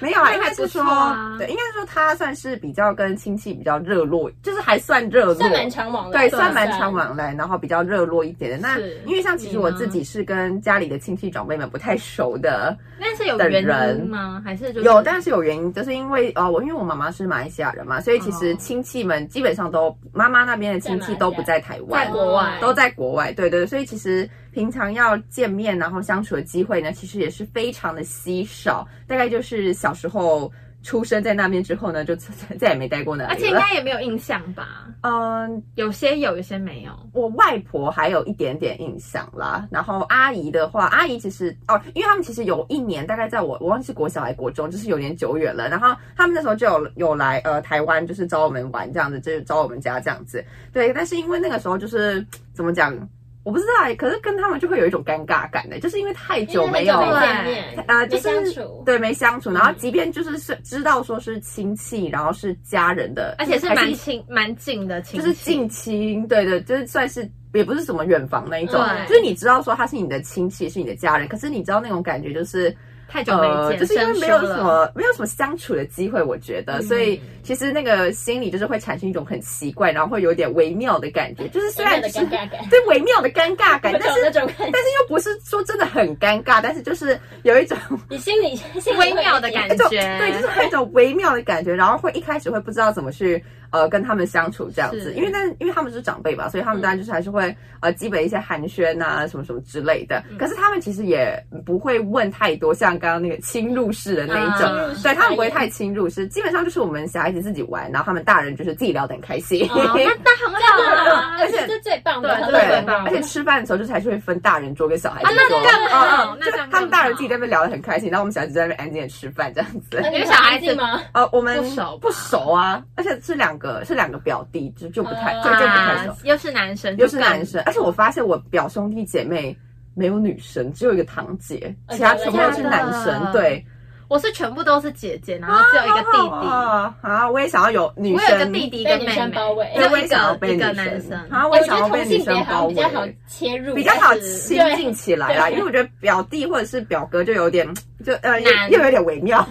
Speaker 2: 没有
Speaker 1: 那
Speaker 2: 啊，应
Speaker 1: 也
Speaker 2: 该
Speaker 1: 还
Speaker 2: 是
Speaker 1: 不
Speaker 2: 说
Speaker 1: 错啊，
Speaker 2: 对，应该是说他算是比较跟亲戚比较热络，就是还算热络
Speaker 3: 算，蛮常往来
Speaker 2: 对，
Speaker 3: 的，
Speaker 2: 算蛮常往来，然后比较热络一点的。那
Speaker 1: 是嗯
Speaker 2: 因为像其实我
Speaker 1: 你呢
Speaker 2: 自己是跟家里的亲戚长辈们不太熟的，
Speaker 1: 那是有
Speaker 2: 的
Speaker 1: 原
Speaker 2: 人
Speaker 1: 因吗？还是就是
Speaker 2: 有，但是有原因，就是因为呃，我因为我妈妈是马来西亚人嘛，所以其实
Speaker 1: 哦
Speaker 2: 亲戚们基本上都妈妈那边的亲戚都不在台
Speaker 1: 在
Speaker 2: 湾，
Speaker 1: 国外
Speaker 2: 都在国外，对对对，所以其实平常要见面然后相处的机会呢，其实也是非常的稀少，大概就是小时候出生在那边之后呢，就再也没待过那
Speaker 1: 而且
Speaker 2: 里
Speaker 1: 应
Speaker 2: 了。
Speaker 1: 该也没有印象吧？
Speaker 2: 嗯，
Speaker 1: 有些有，有些没有。
Speaker 2: 我外婆还有一点点印象啦，然后阿姨的话，阿姨其实哦，因为他们其实有一年大概在我我忘记是国小还国中，就是有点久远了，然后他们那时候就有有来呃台湾，就是找我们玩这样子，就是找我们家这样子，对，但是因为那个时候就是怎么讲，我不知道欸，可是跟他们就会有一种尴尬感的，就是因为太久没有
Speaker 3: 因为
Speaker 1: 了
Speaker 3: 很久没见面，
Speaker 2: 呃就
Speaker 3: 没
Speaker 2: 是
Speaker 3: 相处，
Speaker 2: 对没相处，然后即便就是是知道说是亲戚，然后是家人的，
Speaker 1: 而且是
Speaker 2: 还
Speaker 1: 蛮近蛮近的亲
Speaker 2: 就
Speaker 1: 戚，
Speaker 2: 是近亲，对对，就是算是也不是什么远房那一种，
Speaker 1: 对
Speaker 2: 就是你知道说他是你的亲戚，是你的家人，可是你知道那种感觉就是
Speaker 1: 太久没
Speaker 2: 呃，
Speaker 1: 见，
Speaker 2: 就是因为
Speaker 1: 生
Speaker 2: 没有
Speaker 1: 疏了
Speaker 2: 什么没有什么相处的机会，我觉得，所以其实那个心里就是会产生一种很奇怪，然后会有点微妙的感觉，就是虽
Speaker 3: 真
Speaker 2: 然
Speaker 3: 的
Speaker 2: 就是
Speaker 3: 尴尬感，
Speaker 2: 对微妙的尴尬感
Speaker 3: 我，
Speaker 2: 但
Speaker 3: 懂那
Speaker 2: 是。
Speaker 3: 种感觉
Speaker 2: 但。是又不是说真的很尴尬，但是就是有一种
Speaker 3: 你心里心里
Speaker 1: 微妙的感
Speaker 2: 一种
Speaker 1: 觉，
Speaker 2: 对，就是会有一种微妙的感觉，然后会一开始会不知道怎么去呃跟他们相处这样子，
Speaker 1: 是
Speaker 2: 因为但因为他们是长辈嘛，所以他们
Speaker 3: 嗯
Speaker 2: 当然就是还是会呃基本一些寒暄啊什么什么之类的，
Speaker 1: 嗯
Speaker 2: 可是他们其实也不会问太多，像刚刚那个侵入式的那一种，
Speaker 1: 嗯
Speaker 2: 对他们不会太侵入式，基本上就是我们小孩子自己玩，然后他们大人就是自己聊得很开心。
Speaker 1: 哦， 那那很好
Speaker 2: 哦
Speaker 1: 啊。
Speaker 3: 啊，这是最棒的，
Speaker 1: 对
Speaker 2: 对
Speaker 1: 对吧，
Speaker 2: 而且吃饭的时候就是还是会分大人桌跟小孩子
Speaker 1: 啊那
Speaker 2: 桌，
Speaker 1: 这样很好
Speaker 2: 嗯嗯
Speaker 1: 那
Speaker 2: 就
Speaker 1: 这样
Speaker 2: 他们
Speaker 1: 很
Speaker 2: 大人
Speaker 1: 好
Speaker 2: 自己在那边聊得很开心，然后我们小孩子在那边安静的吃饭这样子。
Speaker 3: 那你们
Speaker 1: 因为小孩
Speaker 3: 安
Speaker 1: 子
Speaker 3: 静吗？
Speaker 2: 呃，我们
Speaker 1: 不熟吧
Speaker 2: 不熟啊，而且是两个是两个表弟，就就不太、
Speaker 3: 啊
Speaker 2: 就就不太熟
Speaker 1: 啊，，又是男生，
Speaker 2: 又是男
Speaker 1: 就
Speaker 2: 生，而且我发现我表兄弟姐妹没有女生，只有一个堂姐，
Speaker 3: 呃
Speaker 2: 其他全部都是
Speaker 1: 真的
Speaker 2: 男生，对，
Speaker 1: 更，我是全部都是姐姐，然后只有一个弟
Speaker 2: 哦好
Speaker 1: 弟，
Speaker 2: 好好啊，我也想要有女
Speaker 1: 我有一个
Speaker 2: 生，
Speaker 1: 弟弟，一
Speaker 3: 被
Speaker 1: 个
Speaker 3: 女
Speaker 1: 妹
Speaker 3: 生
Speaker 1: 妹，
Speaker 3: 包围哎
Speaker 1: 只
Speaker 2: 对，我
Speaker 1: 有
Speaker 2: 也
Speaker 1: 一
Speaker 2: 想要
Speaker 1: 个
Speaker 2: 被
Speaker 1: 一
Speaker 2: 女
Speaker 1: 个
Speaker 2: 生，
Speaker 1: 男生。哎
Speaker 2: 啊，我
Speaker 3: 我
Speaker 2: 也
Speaker 3: 觉
Speaker 2: 想
Speaker 3: 得
Speaker 2: 要
Speaker 3: 同
Speaker 2: 被
Speaker 3: 性
Speaker 2: 女
Speaker 3: 别
Speaker 2: 生
Speaker 3: 好
Speaker 2: 包
Speaker 3: 像
Speaker 2: 围
Speaker 3: 比较，好切入，
Speaker 2: 比较好
Speaker 3: 但是
Speaker 2: 亲近起来啦，因为我觉得表弟或者是表哥就有点，就呃，又
Speaker 1: 难
Speaker 2: 又有点微 妙，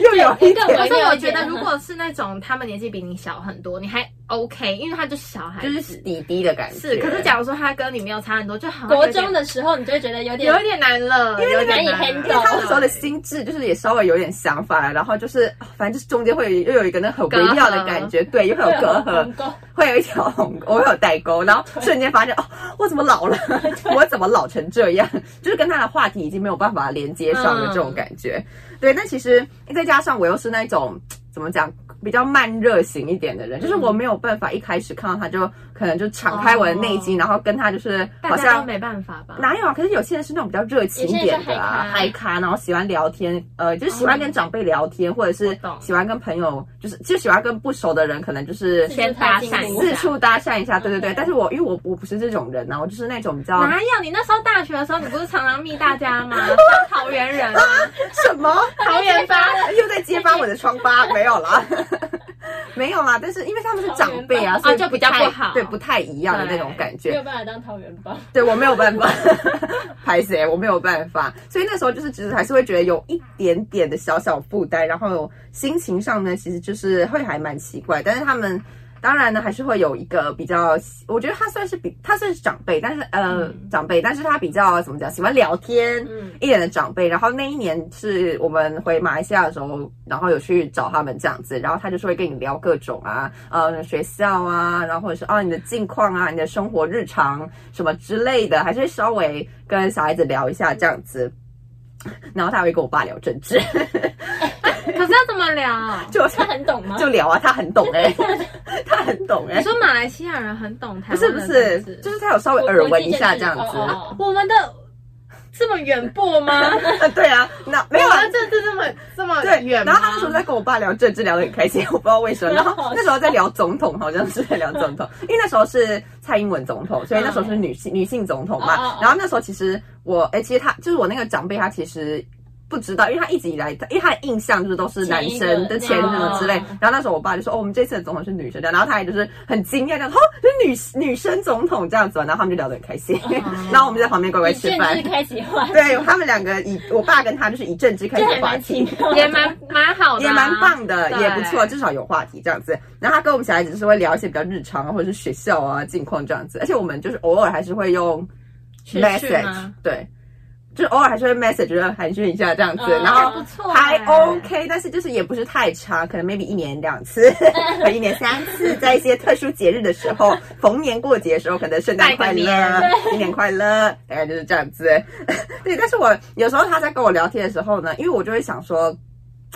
Speaker 2: 又有一
Speaker 3: 更
Speaker 2: 点
Speaker 1: 可
Speaker 3: 微
Speaker 1: 是
Speaker 3: 妙
Speaker 1: 我
Speaker 3: 一
Speaker 1: 觉
Speaker 3: 点
Speaker 1: 得，如果是那种他们年纪比你小很多，你还 OK，因为他就是小孩
Speaker 2: 就
Speaker 1: 子，
Speaker 2: 是弟弟的感觉，
Speaker 1: 是。可是假如说他跟你没有差很多，就好像有
Speaker 3: 哎国
Speaker 1: 点
Speaker 3: 中的时候，你就会觉得有点
Speaker 1: 有一点难了，
Speaker 2: 因为
Speaker 1: 有
Speaker 2: 那个
Speaker 1: 点
Speaker 3: 难以
Speaker 1: 难
Speaker 3: handle
Speaker 2: 因为他那时候的心智就是也稍微有点想法，然后就是啊反正就是中间会有又有一个那很微妙的感 觉，
Speaker 1: 啊
Speaker 2: 对，又会
Speaker 3: 会
Speaker 2: 有
Speaker 3: 有
Speaker 2: 隔阂，
Speaker 3: 鸿沟。
Speaker 2: 会有一条鸿沟，我会有代沟， 然后瞬间发现哦，我怎么老了？ 我怎么老成这样？就是跟他的话题已经没有办
Speaker 1: 嗯
Speaker 2: 法连接上的这种感觉。对，那其实再加上我又是那种怎么讲？比较慢热型一点的人，就是我没有办法一开始看到他就可能就敞开我的内心，
Speaker 1: 哦
Speaker 2: 然后跟他就是好
Speaker 1: 大家
Speaker 2: 像
Speaker 1: 都没办法吧？
Speaker 2: 哪有啊？可是有些人是那种比较热情一点的啊，
Speaker 3: 有些人是
Speaker 2: 嗨
Speaker 3: 嗨
Speaker 2: 咖，然后喜欢聊天，呃，就是喜欢跟长辈聊天，或者
Speaker 3: 我
Speaker 2: 是
Speaker 3: 懂
Speaker 2: 喜欢跟朋友，就是就喜欢跟不熟的人，可能就是
Speaker 1: 天搭讪一
Speaker 2: 四
Speaker 1: 下
Speaker 2: 处搭讪一下。对对对，
Speaker 3: OK
Speaker 2: 但是我因为我我不是这种人啊，我就是那种 比较
Speaker 1: 哪有？你那时候大学的时候，你不是常常密大家 吗？当桃园人啊，
Speaker 2: 什么
Speaker 1: 桃园吧。
Speaker 2: 又在揭发我的疮疤，没有啦。 没有啦，但是因为他们是长辈
Speaker 1: 桃园吧
Speaker 2: 啊，所以
Speaker 1: 啊就比较
Speaker 2: 太
Speaker 1: 不好
Speaker 2: 对，不太一样的那种
Speaker 1: 对
Speaker 2: 感觉
Speaker 3: 没。有办法当桃园包。
Speaker 2: 对我没有办法，拍谁我没有办法，所以那时候就是其实还是会觉得有一点点的小小负担，然后心情上呢，其实就是会还蛮奇怪，但是他们。当然呢，还是会有一个比较，我觉得他算是比他算是长辈，但是呃、长辈，但是他比较怎么讲，喜欢聊天，
Speaker 3: 嗯
Speaker 2: 一点的长辈。然后那一年是我们回马来西亚的时候，然后有去找他们这样子，然后他就是会跟你聊各种啊，呃，学校啊，然后或者是啊你的近况啊，你的生活日常什么之类的，还是会稍微跟小孩子聊一下这样子。然后他还会跟我爸聊政治，
Speaker 1: 可是要怎么聊？
Speaker 2: 就
Speaker 3: 他很懂吗？
Speaker 2: 就聊啊，他很懂 哎、他很懂哎、
Speaker 1: 你说马来西亚人很懂台
Speaker 2: 不是
Speaker 1: 湾
Speaker 2: 不
Speaker 1: 的
Speaker 2: 是
Speaker 1: 政治，
Speaker 2: 就是他有稍微耳闻一下这样子，
Speaker 3: 哦哦
Speaker 1: 我们的这么远播吗？
Speaker 2: 对啊，那没有
Speaker 1: 我
Speaker 2: 啊，
Speaker 1: 们政治这么这么
Speaker 2: 对，
Speaker 1: 远吗？
Speaker 2: 然后他那时候在跟我爸聊政治，聊得很开心， 我不知道为什么。然
Speaker 3: 好
Speaker 2: 后
Speaker 3: 好
Speaker 2: 那时候在聊总统，好像是在聊总统， 因为那时候是蔡英文总统，所以那时候是女性女性总统
Speaker 3: 嗯哦哦
Speaker 2: 嘛
Speaker 3: 哦。
Speaker 2: 然后那时候其实我，哎，其实他就是我那个长辈，他其实。不知道，因为他一直以来，因为他的印象就是都是男生的前
Speaker 3: 前
Speaker 1: 一
Speaker 2: 任
Speaker 1: 个
Speaker 2: 之类
Speaker 3: 哦。
Speaker 2: 然后那时候我爸就说：“哦，我们这次的总统是女生的。”然后他也就是很惊讶，这样说：“哦，是女女生总统这样子。”然后他们就聊得很开心。
Speaker 3: 哦
Speaker 2: 然后 我们就在旁边乖乖
Speaker 3: 以
Speaker 2: 吃
Speaker 3: 政
Speaker 2: 饭
Speaker 3: 治。开启话题，
Speaker 2: 对他们两个以我爸跟他就是以政治开
Speaker 3: 这
Speaker 2: 始
Speaker 3: 还
Speaker 2: 话
Speaker 3: 蛮
Speaker 2: 题
Speaker 3: 奇，妙的，
Speaker 1: 也蛮蛮好的、啊
Speaker 2: 也蛮。棒的，
Speaker 1: 对
Speaker 2: 也不错，至少有话题这样子。然后他跟我们小孩子就是会聊一些比较日常啊，或者是学校啊近况这样子，而且我们就是偶尔还是会用
Speaker 1: 去去
Speaker 2: message，
Speaker 1: 吗？
Speaker 2: 对，就是偶尔还是会 message 就是寒暄一下这样子，
Speaker 1: 哦
Speaker 3: 嗯
Speaker 2: 然后
Speaker 1: 不错
Speaker 2: 还
Speaker 1: 欸
Speaker 2: OK，但是就是也不是太长，可能 maybe 一年两次，和一年三次，在一些特殊节日的时候，逢年过节的时候，可能圣诞快乐
Speaker 1: 拜个，
Speaker 2: 新年快乐，大概就是这样子。 对，但是我有时候他在跟我聊天的时候呢，因为我就会想说，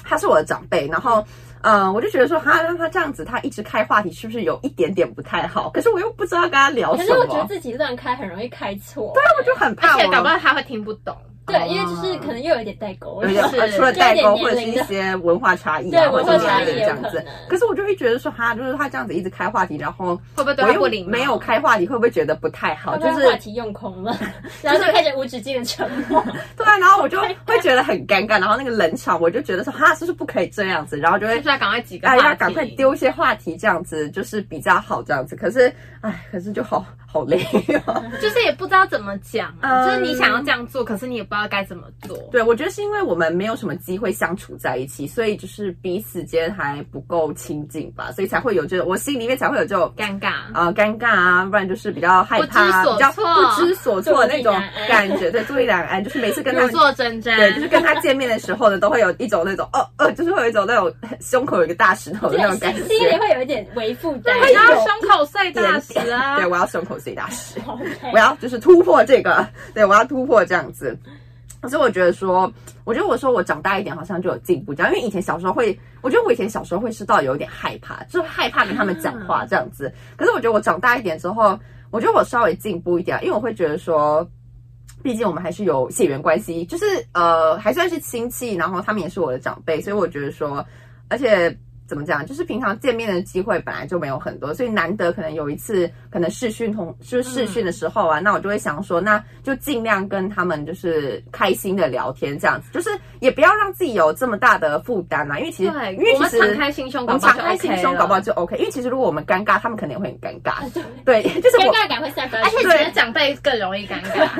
Speaker 2: 他是我的长辈，然后。嗯，我就觉得说他让他这样子，他一直开话题，是不是有一点点不太好？可是我又不知道跟他聊
Speaker 3: 可
Speaker 2: 什
Speaker 3: 是
Speaker 2: 么，
Speaker 3: 我觉得自己乱开很容易开错，
Speaker 2: 哦啊
Speaker 3: 欸
Speaker 2: 我就很怕
Speaker 1: 而
Speaker 2: 我
Speaker 1: 且搞不好他会听不懂。
Speaker 3: 对，因为就是可能又有一点代沟，
Speaker 2: 有一点
Speaker 1: 是
Speaker 2: 呃除了
Speaker 3: 就有
Speaker 2: 代
Speaker 3: 点
Speaker 2: 沟
Speaker 3: 年
Speaker 2: 或者是
Speaker 3: 龄
Speaker 2: 一
Speaker 3: 的
Speaker 2: 些文化差异啊，
Speaker 3: 对
Speaker 2: 或
Speaker 3: 文
Speaker 2: 者
Speaker 3: 化
Speaker 2: 是年龄
Speaker 3: 差异
Speaker 2: 这
Speaker 3: 也有
Speaker 2: 样
Speaker 3: 可
Speaker 2: 子
Speaker 3: 能。，
Speaker 2: 可是我就会觉得说，哈，就是他这样子一直开话题，然后
Speaker 1: 会不会对
Speaker 2: 我
Speaker 1: 他
Speaker 2: 又
Speaker 1: 不礼貌？
Speaker 2: 没有，开话题，会不会觉得不太好？
Speaker 3: 会不
Speaker 2: 就
Speaker 3: 会
Speaker 2: 是
Speaker 3: 话题用空 了，然后就开始无止境的沉默，
Speaker 2: 对啊，然后我就会觉得很尴尬，然后那个冷场，我就觉得说，哈，是不是不可以这样子？然后就是会
Speaker 1: 不是要赶快几个
Speaker 2: 哎
Speaker 1: 话题？
Speaker 2: 呀，赶快丢一些话题，这样子就是比较好，这样子。可是，哎，可是就好好累哦。
Speaker 1: 就是也不知道怎么讲、啊
Speaker 2: 嗯
Speaker 1: 就是你想要这样做，可是你也不知道该怎么做。
Speaker 2: 对，我觉得是因为我们没有什么机会相处在一起，所以就是彼此间还不够亲近吧，所以才会有这种，我心里面才会有这种
Speaker 1: 尴尬，
Speaker 2: 啊、尴尬啊，不然就是比较害怕啊，
Speaker 1: 不知所
Speaker 2: 比较
Speaker 1: 措
Speaker 2: 不知所措的那种
Speaker 3: 坐立难安
Speaker 2: 感觉，对，坐立难安，就是每次跟他
Speaker 1: 如。坐针毡。
Speaker 2: 对，就是跟他见面的时候呢，都会有一种那种哦呃，就是会有一种那种胸口有一个大石头的那种感
Speaker 3: 心
Speaker 2: 觉。
Speaker 3: 心里会有一点微负担，
Speaker 2: 哎
Speaker 1: 你要胸口碎大石啊！
Speaker 2: 对，我要胸口碎大石。
Speaker 3: 好累
Speaker 2: 我要就是突破这个，对我要突破这样子。可是我觉得说，我觉得我说我长大一点好像就有进步，这样，因为以前小时候会，我觉得我以前小时候会知道有一点害怕，就是害怕跟他们讲话这样子。可是我觉得我长大一点之后，我觉得我稍微进步一点，因为我会觉得说，毕竟我们还是有血缘关系，就是呃还算是亲戚，然后他们也是我的长辈，所以我觉得说，呃而且怎么讲，就是平常见面的机会本来就没有很多，所以难得可能有一次可能视讯同就是视讯的时候啊，那我就会想说，那就尽量跟他们就是开心的聊天这样子，就是也不要让自己有这么大的负担啦，因为其实
Speaker 1: 对，
Speaker 2: 因为
Speaker 1: 我
Speaker 2: 其
Speaker 1: 们
Speaker 2: 实
Speaker 1: 敞开心胸，
Speaker 2: 我们敞开心胸，搞不好
Speaker 1: 就
Speaker 2: 就 OK。因为其实如果我们尴尬，他们可能也会很尴尬。
Speaker 1: 啊
Speaker 2: 对， 就是
Speaker 3: 尴
Speaker 2: 我哎
Speaker 3: 尬感会散发
Speaker 1: OK 了。而且
Speaker 3: 出
Speaker 1: 其
Speaker 3: 来。
Speaker 1: 实长辈更容易尴 尬，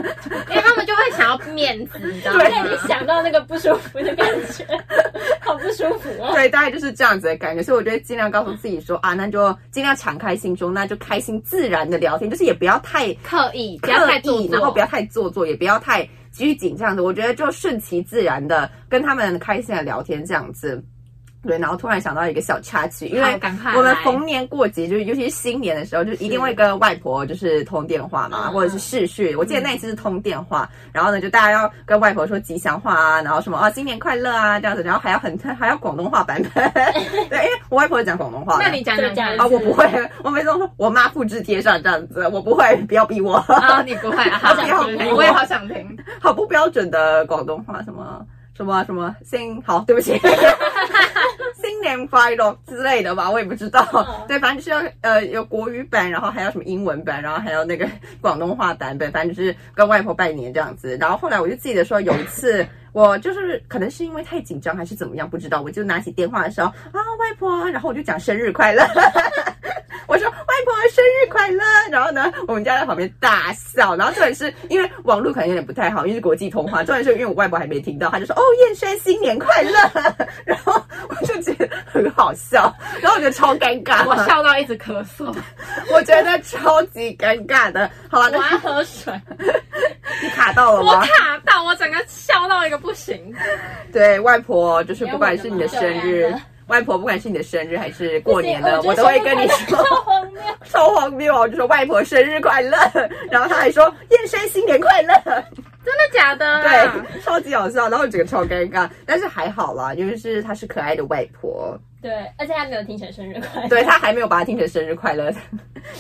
Speaker 1: 因为他们就会想要面子，你知道吗？
Speaker 3: 对，你想到那个不舒服的感觉， 好不舒服哦。
Speaker 2: 对，大概就是这样子的感觉。所以我觉得尽量告诉自己说啊，那就尽量敞开心胸，那就开心自然的聊天，就是也不要太
Speaker 1: 刻意，不
Speaker 2: 刻
Speaker 1: 要太做
Speaker 2: 意，
Speaker 1: 作，
Speaker 2: 然后不要太做作，也不要太拘谨这样子。我觉得就顺其自然的跟他们开心的聊天这样子。对，然后突然想到一个小插曲，因
Speaker 1: 好
Speaker 2: 为
Speaker 1: 赶快
Speaker 2: 我们
Speaker 1: 来
Speaker 2: 逢年过节，就是尤其是新年的时候，就是一定会跟外婆就是通电话嘛，
Speaker 3: 嗯
Speaker 2: 或者是视讯。我记得那一次是通电话，然后呢，就大家要跟外婆说吉祥话啊，然后什么啊新年快乐啊这样子，然后还要很还要广东话版本，对，因为我外婆会讲广东话的。
Speaker 1: 那你讲讲看
Speaker 2: 啊、我不会，我每次都说我妈复制贴上这样子，我不会，不要逼我，
Speaker 1: 啊，你不 会啊？好
Speaker 3: 我
Speaker 2: 想听
Speaker 1: 我也好想听。
Speaker 2: 好不标准的广东话，什么什么什么新，好，对不起，新年快乐之类的吧，我也不知道。
Speaker 3: 嗯
Speaker 2: 对，反正就是要呃有国语版，然后还有什么英文版，然后还有那个 广东话版本，反正就是跟外婆拜年这样子。然后后来我就记得说有一次。我就是可能是因为太紧张还是怎么样，不知道。我就拿起电话的时候啊，外婆，然后我就讲生日快乐，我说外婆生日快乐。然后呢，我们家在旁边大笑。然后重点是因为网络可能有点不太好，因为是国际通话。重点是因为我外婆还没听到，她就说哦，燕山新年快乐。 然后我就觉得很好笑，然后我觉得超尴尬，
Speaker 1: 我笑到一直咳嗽，
Speaker 2: 我觉得超级尴尬的。好了，
Speaker 3: 我
Speaker 2: 那
Speaker 3: 要喝水。
Speaker 2: 你卡到了
Speaker 1: 我
Speaker 2: 吗？
Speaker 1: 卡到，我整个笑到一个不行。
Speaker 2: 对，外婆就是不管是你的生
Speaker 3: 没有我
Speaker 2: 日
Speaker 3: 的吗。
Speaker 2: 外婆，不管是你的生日还是过年呢，
Speaker 3: 不
Speaker 2: 我
Speaker 3: 行
Speaker 2: 都会跟你
Speaker 3: 觉
Speaker 2: 说
Speaker 3: 得超荒谬。
Speaker 2: 超荒谬啊！我就说外婆生日快乐， 然后她还说燕山新年快乐，
Speaker 1: 真的假的啊？
Speaker 2: 对，超级好笑，然后整个超尴尬，但是还好啦，因为是她是可爱的外婆，
Speaker 3: 对，而且他没有听成生日快乐。
Speaker 2: 对她还没有把她听成生日快乐，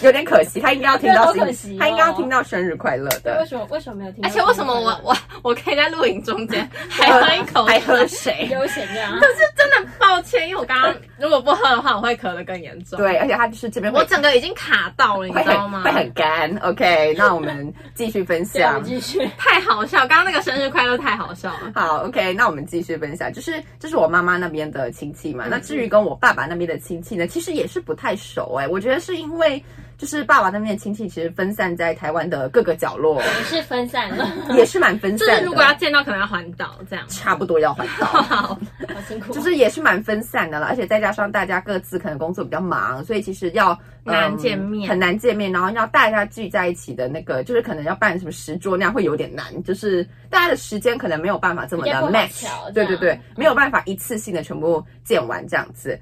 Speaker 2: 有点可惜，她应该要听到
Speaker 3: 对好可惜
Speaker 2: 新，
Speaker 3: 哦
Speaker 2: 她应该要听到生日快乐的。
Speaker 3: 为什么为什么没有听？
Speaker 1: 而且为什么我我我可以在录影中间还
Speaker 2: 呃
Speaker 1: 喝一口？
Speaker 2: 还喝水。
Speaker 3: 悠闲啊这样？
Speaker 1: 可是真的抱歉，因为我刚刚 如果不喝的话，我会咳得更严重。，
Speaker 2: 对，而且它就是这边会
Speaker 1: 我整个已经卡到了，你
Speaker 2: 会
Speaker 1: 知道
Speaker 2: 很
Speaker 1: 吗
Speaker 2: 会？很干。OK，那我们继续分
Speaker 3: 对，我
Speaker 2: 享
Speaker 3: 们。继续。
Speaker 1: 太好笑，刚刚那个生日快乐太好笑了。
Speaker 2: 好，OK，那我们继续分享，就是这是我妈妈那边的亲戚嘛。那
Speaker 1: 嗯
Speaker 2: 至于跟我爸爸那边的亲戚呢，其实也是不太熟哎、我觉得是因为就是爸爸那边的亲戚其实分散在台湾的各个角落，
Speaker 3: 也是分散 了，
Speaker 2: 也是蛮分
Speaker 1: 嗯就
Speaker 2: 散
Speaker 1: 是
Speaker 2: 的。
Speaker 1: 如果要见到，可能要环岛这 样。
Speaker 2: 差不多要还到。
Speaker 1: 好，
Speaker 3: 好辛苦。啊
Speaker 2: 就是也是蛮分散的了，而且再加上大家各自可能工作比较忙，所以其实要、嗯
Speaker 1: 难见面
Speaker 2: 很难见面，然后要大家聚在一起的那个，就是可能要办什么十桌那样会有点难，就是大家的时间可能没有办法这么的
Speaker 3: 比较不好
Speaker 2: match，
Speaker 3: 瞧
Speaker 1: 哦
Speaker 2: 对
Speaker 3: 这
Speaker 2: 对
Speaker 3: 样
Speaker 2: 对，没有办法一次性的全部见完这样子。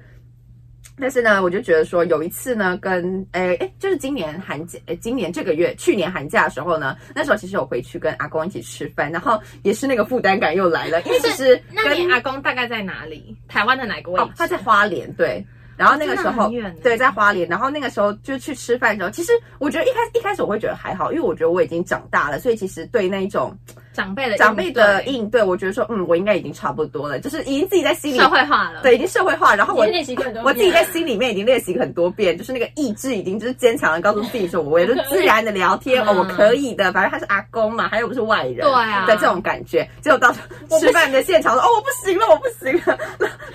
Speaker 2: 但是呢，我就觉得说有一次呢，跟诶诶，就是今年寒假，诶今年这个月，去年寒假的时候呢，那时候其实有回去跟阿公一起吃饭，然后也是那个负担感又来了，因为其实
Speaker 1: 那
Speaker 2: 跟
Speaker 1: 你阿公大概在哪里？台湾的哪个位
Speaker 2: 哦，
Speaker 1: 置？
Speaker 2: 他在花莲，对。然后那个时
Speaker 1: 哦真的
Speaker 2: 候
Speaker 1: 很远，
Speaker 2: 对，在花莲。然后那个时候就去吃饭的时候，其实我觉得一开一开始我会觉得还好，因为我觉得我已经长大了，所以其实对那一种
Speaker 1: 长辈的
Speaker 2: 长辈的
Speaker 1: 应
Speaker 2: 应对，我觉得说，嗯，我应该已经差不多了，就是已经自己在
Speaker 1: 对
Speaker 2: 心里
Speaker 1: 社会化了。
Speaker 2: 对已经社会化。然后我
Speaker 3: 已经练习过很多遍
Speaker 2: 我自己在心里面已经练习很多遍，就是那个意志已经就是坚强的告诉自己说，我也就自然的聊天，哦，
Speaker 1: 嗯
Speaker 2: 我可以的，反正他是阿公嘛，他又不是外人，
Speaker 1: 对啊
Speaker 2: 的这种感觉。结果到
Speaker 3: 我不
Speaker 2: 吃饭的现场说，哦，我不行了，我不行了，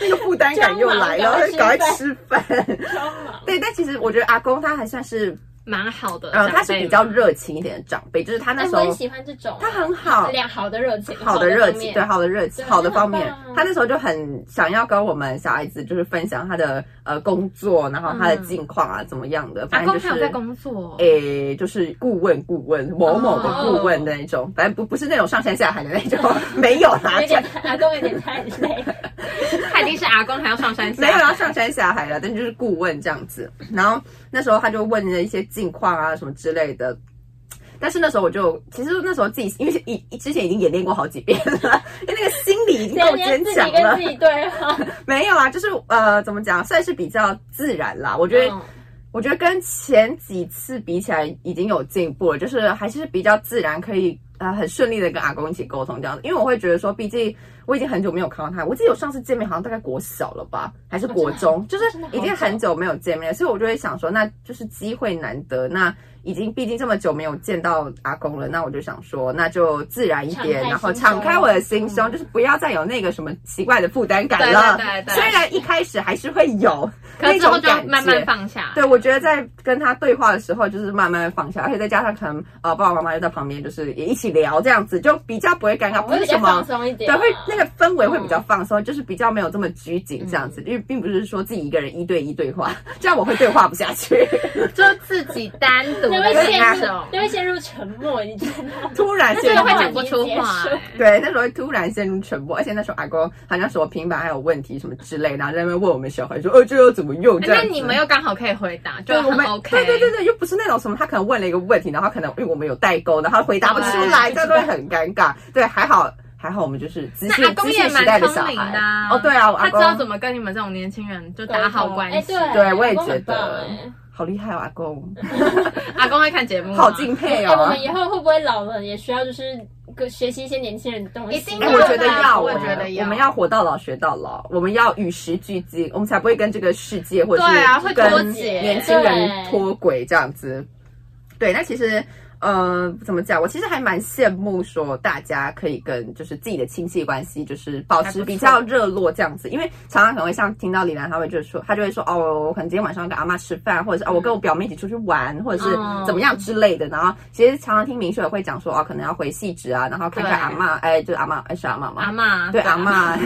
Speaker 2: 那个负担感又来了，
Speaker 3: 装忙
Speaker 2: 赶
Speaker 3: 赶
Speaker 2: 快
Speaker 3: 快
Speaker 2: 吃饭。
Speaker 3: 超忙。
Speaker 2: 对，但其实我觉得阿公他还算是，
Speaker 1: 蛮好的。
Speaker 2: 呃，他
Speaker 1: 长
Speaker 2: 是
Speaker 1: 辈
Speaker 2: 比较
Speaker 1: 嘛
Speaker 2: 热情一点的长辈，就是他那
Speaker 3: 但
Speaker 2: 时
Speaker 3: 哎我很
Speaker 2: 候
Speaker 3: 喜欢这种，
Speaker 2: 他很好，
Speaker 3: 良好的热情，
Speaker 2: 好的热情，对
Speaker 3: 方面
Speaker 2: 好的热情，
Speaker 3: 对
Speaker 2: 好的方面
Speaker 3: 真的很棒，啊
Speaker 2: 他那时候就很想要跟我们小孩子就是分享他的呃工作，然后他
Speaker 3: 嗯
Speaker 2: 的近况啊、怎么样的，
Speaker 1: 阿
Speaker 2: 反正
Speaker 1: 公
Speaker 2: 就是哎
Speaker 1: 还有在工作。
Speaker 2: 诶、就是顾问顾问某某的
Speaker 3: 哦
Speaker 2: 顾问的那种，反正不不是那种上山下海的那种， 没有啦
Speaker 3: 有，点 阿公有点太 累，
Speaker 1: 他已经是阿公，还要上山下
Speaker 2: 没
Speaker 1: 海。
Speaker 2: 有啊要上山下海了，但就是顾问这样子。然后那时候他就问了一些近况啊什么之类的。但是那时候我就，其实那时候自己因为已之前已经演练过好几遍了， 因为那个心理已经够
Speaker 3: 你要
Speaker 2: 坚
Speaker 3: 自
Speaker 2: 强
Speaker 3: 己
Speaker 2: 了
Speaker 3: 跟自。己对话。
Speaker 2: 没有啊，就是呃，怎么讲，算是比较自然啦。我觉得，
Speaker 3: 嗯
Speaker 2: 我觉得跟前几次比起来，已经有进步了，就是还是比较自然，可以呃很顺利的跟阿公一起沟通这样子。因为我会觉得说，毕竟我已经很久没有看到他，我记得我上次见面好像大概国小了吧，还是国中，就是
Speaker 3: 嗯真的好
Speaker 2: 已经很久没有见面了，所以我就会想说，那就是机会难得，那。已经毕竟这么久没有见到阿公了，那我就想说，那就自然一点，
Speaker 3: 敞开
Speaker 2: 然后
Speaker 3: 心
Speaker 2: 敞开
Speaker 3: 胸
Speaker 2: 我的心胸，就是不要再有那个什么奇怪的负担感
Speaker 1: 对
Speaker 2: 了。
Speaker 1: 对对对
Speaker 2: 虽然一开始还是会有
Speaker 1: 可
Speaker 2: 那
Speaker 1: 是之后
Speaker 2: 种
Speaker 1: 就
Speaker 2: 感觉，
Speaker 1: 慢慢放下。
Speaker 2: 对，我觉得在跟他对话的时候，就是慢慢放下，而且再加上可能呃爸爸妈妈就在旁边，就是也一起聊这样子，就比较不会尴尬，不
Speaker 3: 我会
Speaker 1: 哦
Speaker 2: 是
Speaker 3: 比
Speaker 2: 什
Speaker 3: 较
Speaker 2: 么
Speaker 3: 放松一
Speaker 2: 对
Speaker 3: 点啊，
Speaker 2: 会那那个氛围会比较放松，就是比较没有这么拘谨这样
Speaker 1: 嗯
Speaker 2: 子，因为并不是说自己一个人一对一对话，这样我会对话不下去。
Speaker 1: 就自己单独
Speaker 3: 就
Speaker 1: 的
Speaker 3: 会陷
Speaker 1: 那
Speaker 3: 入
Speaker 1: 种，
Speaker 3: 就会陷入沉默，你知道吗？
Speaker 2: 突然
Speaker 1: 那
Speaker 2: 陷
Speaker 1: 真
Speaker 2: 入
Speaker 1: 的
Speaker 3: 这
Speaker 1: 会
Speaker 3: 个
Speaker 1: 讲不出话、
Speaker 3: 话题
Speaker 1: 欸
Speaker 2: 对，那时候会突然陷入沉默，而且那时候阿公好像说我平板还有问题什么之类，然后在那边问我们小孩说，呃，这要怎么用？这样
Speaker 1: 那
Speaker 2: 子
Speaker 1: 你们又刚好可以回答，就
Speaker 2: 对我
Speaker 1: 很
Speaker 2: 们
Speaker 1: 啊 OK。
Speaker 2: 对对对对，又不是那种什么，他可能问了一个问题，然后可能因为我们有代沟，然后回答不出来，
Speaker 1: 对
Speaker 2: 这样都会很尴尬。对，还好还好，我们就是资
Speaker 1: 那阿
Speaker 2: 讯
Speaker 1: 公
Speaker 2: 资
Speaker 1: 也
Speaker 2: 讯时代
Speaker 1: 蛮
Speaker 2: 的小
Speaker 1: 聪明
Speaker 2: 孩
Speaker 1: 的、啊、
Speaker 2: 哦，对啊，我阿
Speaker 1: 他知
Speaker 2: 公
Speaker 1: 道怎么跟你们这种年轻人就打好关系。
Speaker 3: 哎
Speaker 2: 对我也
Speaker 3: 阿公很
Speaker 2: 觉得
Speaker 3: 棒哎
Speaker 2: 好厉害哦，阿公，
Speaker 1: 阿公会看节目吗，
Speaker 2: 好敬佩
Speaker 3: 哎，我
Speaker 2: 哦
Speaker 3: 们。以后会不会老了也需要就是跟学习一些年轻人的东西？
Speaker 1: 一定
Speaker 2: 哎，
Speaker 1: 要
Speaker 2: 我觉得
Speaker 1: 啦
Speaker 2: 要，
Speaker 1: 啊我
Speaker 2: 我
Speaker 1: 也觉得要
Speaker 2: 我们要活到老学到老，我们要与时俱进，我们才不会跟这个世界或者
Speaker 1: 对啊
Speaker 2: 是
Speaker 1: 会
Speaker 2: 跟
Speaker 1: 脱节
Speaker 2: 年轻人
Speaker 3: 对
Speaker 2: 脱轨这样子。对，那其实。呃，怎么讲？我其实还蛮羡慕说大家可以跟就是自己的亲戚关系，就是保
Speaker 1: 还不
Speaker 2: 持
Speaker 1: 错
Speaker 2: 比较热络这样子，因为常常可能会像听到李兰，她会就是说，她就会说哦，我可能今天晚上跟阿妈吃饭，或者是哦，我跟我表妹一起出去玩，或者是
Speaker 1: 嗯
Speaker 2: 怎么样之类的。然后其实常常听明雪会讲说哦，可能要回细致啊，然后看看
Speaker 1: 对
Speaker 2: 阿妈，哎，就是阿妈，哎是阿妈吗？
Speaker 1: 阿妈
Speaker 2: 对阿妈